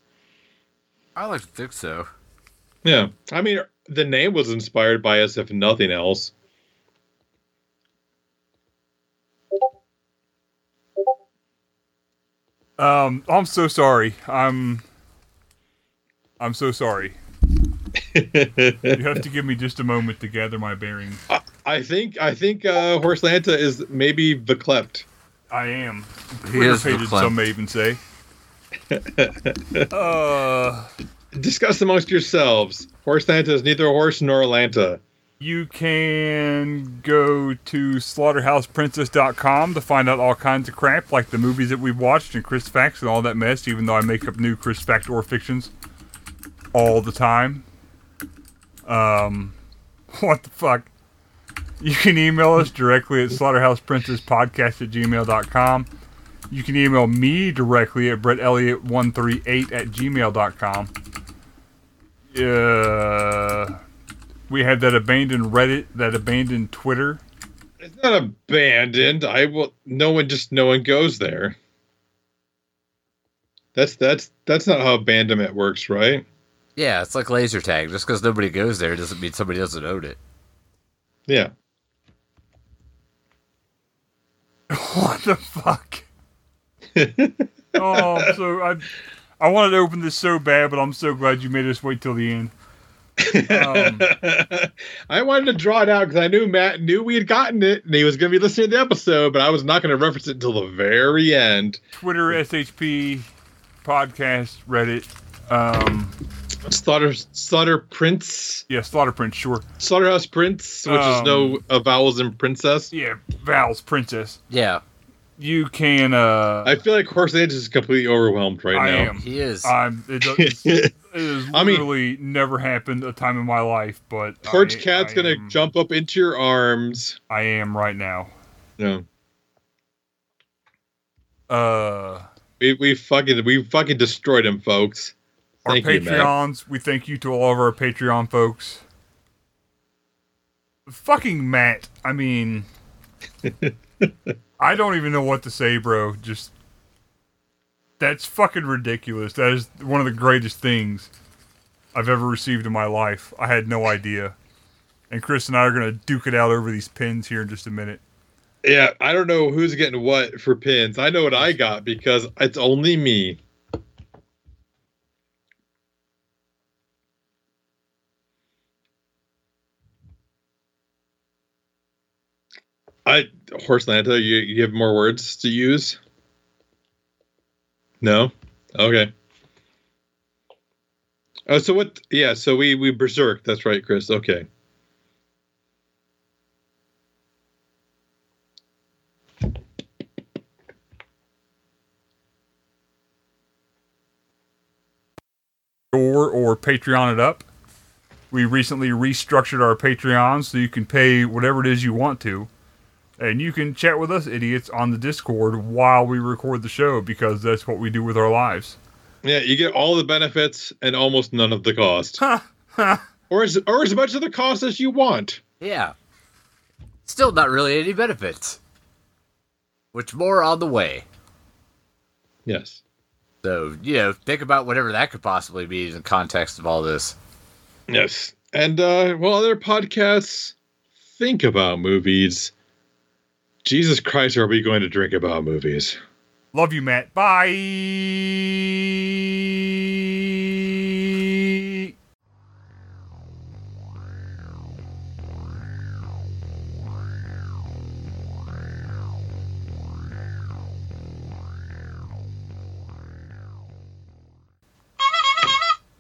Speaker 1: I like to think so.
Speaker 3: Yeah, I mean the name was inspired by us, if nothing else.
Speaker 2: Um, I'm so sorry. I'm. I'm so sorry. you have to give me just a moment to gather my bearings.
Speaker 3: I think I think uh, Horse Lanta is maybe the clept.
Speaker 2: I am.
Speaker 1: He is the
Speaker 2: Irritated, some may even say. uh,
Speaker 3: Discuss amongst yourselves. Horse Lanta is neither a horse nor a lanta.
Speaker 2: you can go to slaughterhouseprincess.com to find out all kinds of crap, like the movies that we've watched and Chris Facts and all that mess, even though I make up new Chris Fact or fictions all the time. Um, what the fuck? You can email us directly at slaughterhouseprincesspodcast at gmail.com. You can email me directly at brettelliott138 at gmail.com. Uh, we have that abandoned Reddit, that abandoned Twitter.
Speaker 3: It's not abandoned. I will. No one just no one goes there. That's that's that's not how abandonment works, right?
Speaker 1: Yeah, it's like laser tag. Just because nobody goes there doesn't mean somebody doesn't own it.
Speaker 3: Yeah.
Speaker 2: What the fuck? oh, I'm so I, I wanted to open this so bad, but I'm so glad you made us wait till the end. Um,
Speaker 3: I wanted to draw it out because I knew Matt knew we had gotten it and he was going to be listening to the episode, but I was not going to reference it until the very end.
Speaker 2: Twitter, SHP, podcast, Reddit. Um,
Speaker 3: Slaughter, Slaughter Prince,
Speaker 2: yeah, Slaughter Prince, sure.
Speaker 3: Slaughterhouse Prince, which is
Speaker 2: Um,
Speaker 3: no uh, vowels in princess.
Speaker 2: Yeah, Val's Princess.
Speaker 1: Yeah,
Speaker 2: You can. uh
Speaker 3: I feel like Horse Age is completely overwhelmed right
Speaker 2: I
Speaker 3: now.
Speaker 2: am.
Speaker 1: he is.
Speaker 2: I'm. It, do- it's, it has
Speaker 3: I mean-
Speaker 2: literally never happened a time in my life, but
Speaker 3: Torch
Speaker 2: I-
Speaker 3: Cat's
Speaker 2: I
Speaker 3: going to
Speaker 2: am-
Speaker 3: jump up into your arms.
Speaker 2: I am right now.
Speaker 3: No.
Speaker 2: Uh,
Speaker 3: We, we fucking we fucking destroyed him, folks.
Speaker 2: our
Speaker 3: Thank you, Matt.
Speaker 2: Patreons. we thank you to all of our Patreon folks. Fucking Matt. I mean, I don't even know what to say, bro. Just that's fucking ridiculous. That is one of the greatest things I've ever received in my life. I had no idea. And Chris and I are gonna duke it out over these pins here in just a minute.
Speaker 3: Yeah, I don't know who's getting what for pins. I know what I got because it's only me. I horse Lanta, you, you have more words to use? No? Okay. Oh, so what? Yeah, so we we berserk. That's right, Chris. Okay.
Speaker 2: or or Patreon it up. We recently restructured our Patreon so you can pay whatever it is you want to. And you can chat with us idiots on the Discord while we record the show because that's what we do with our lives.
Speaker 3: Yeah, you get all the benefits and almost none of the cost. or as or as much of the cost as you want.
Speaker 1: yeah. Still not really any benefits. Which more on the way.
Speaker 3: Yes.
Speaker 1: So you know, think about whatever that could possibly be in the context of all this.
Speaker 3: Yes. And uh while other podcasts think about movies, Jesus Christ are we going to drink about movies?
Speaker 2: Love you, Matt. Bye.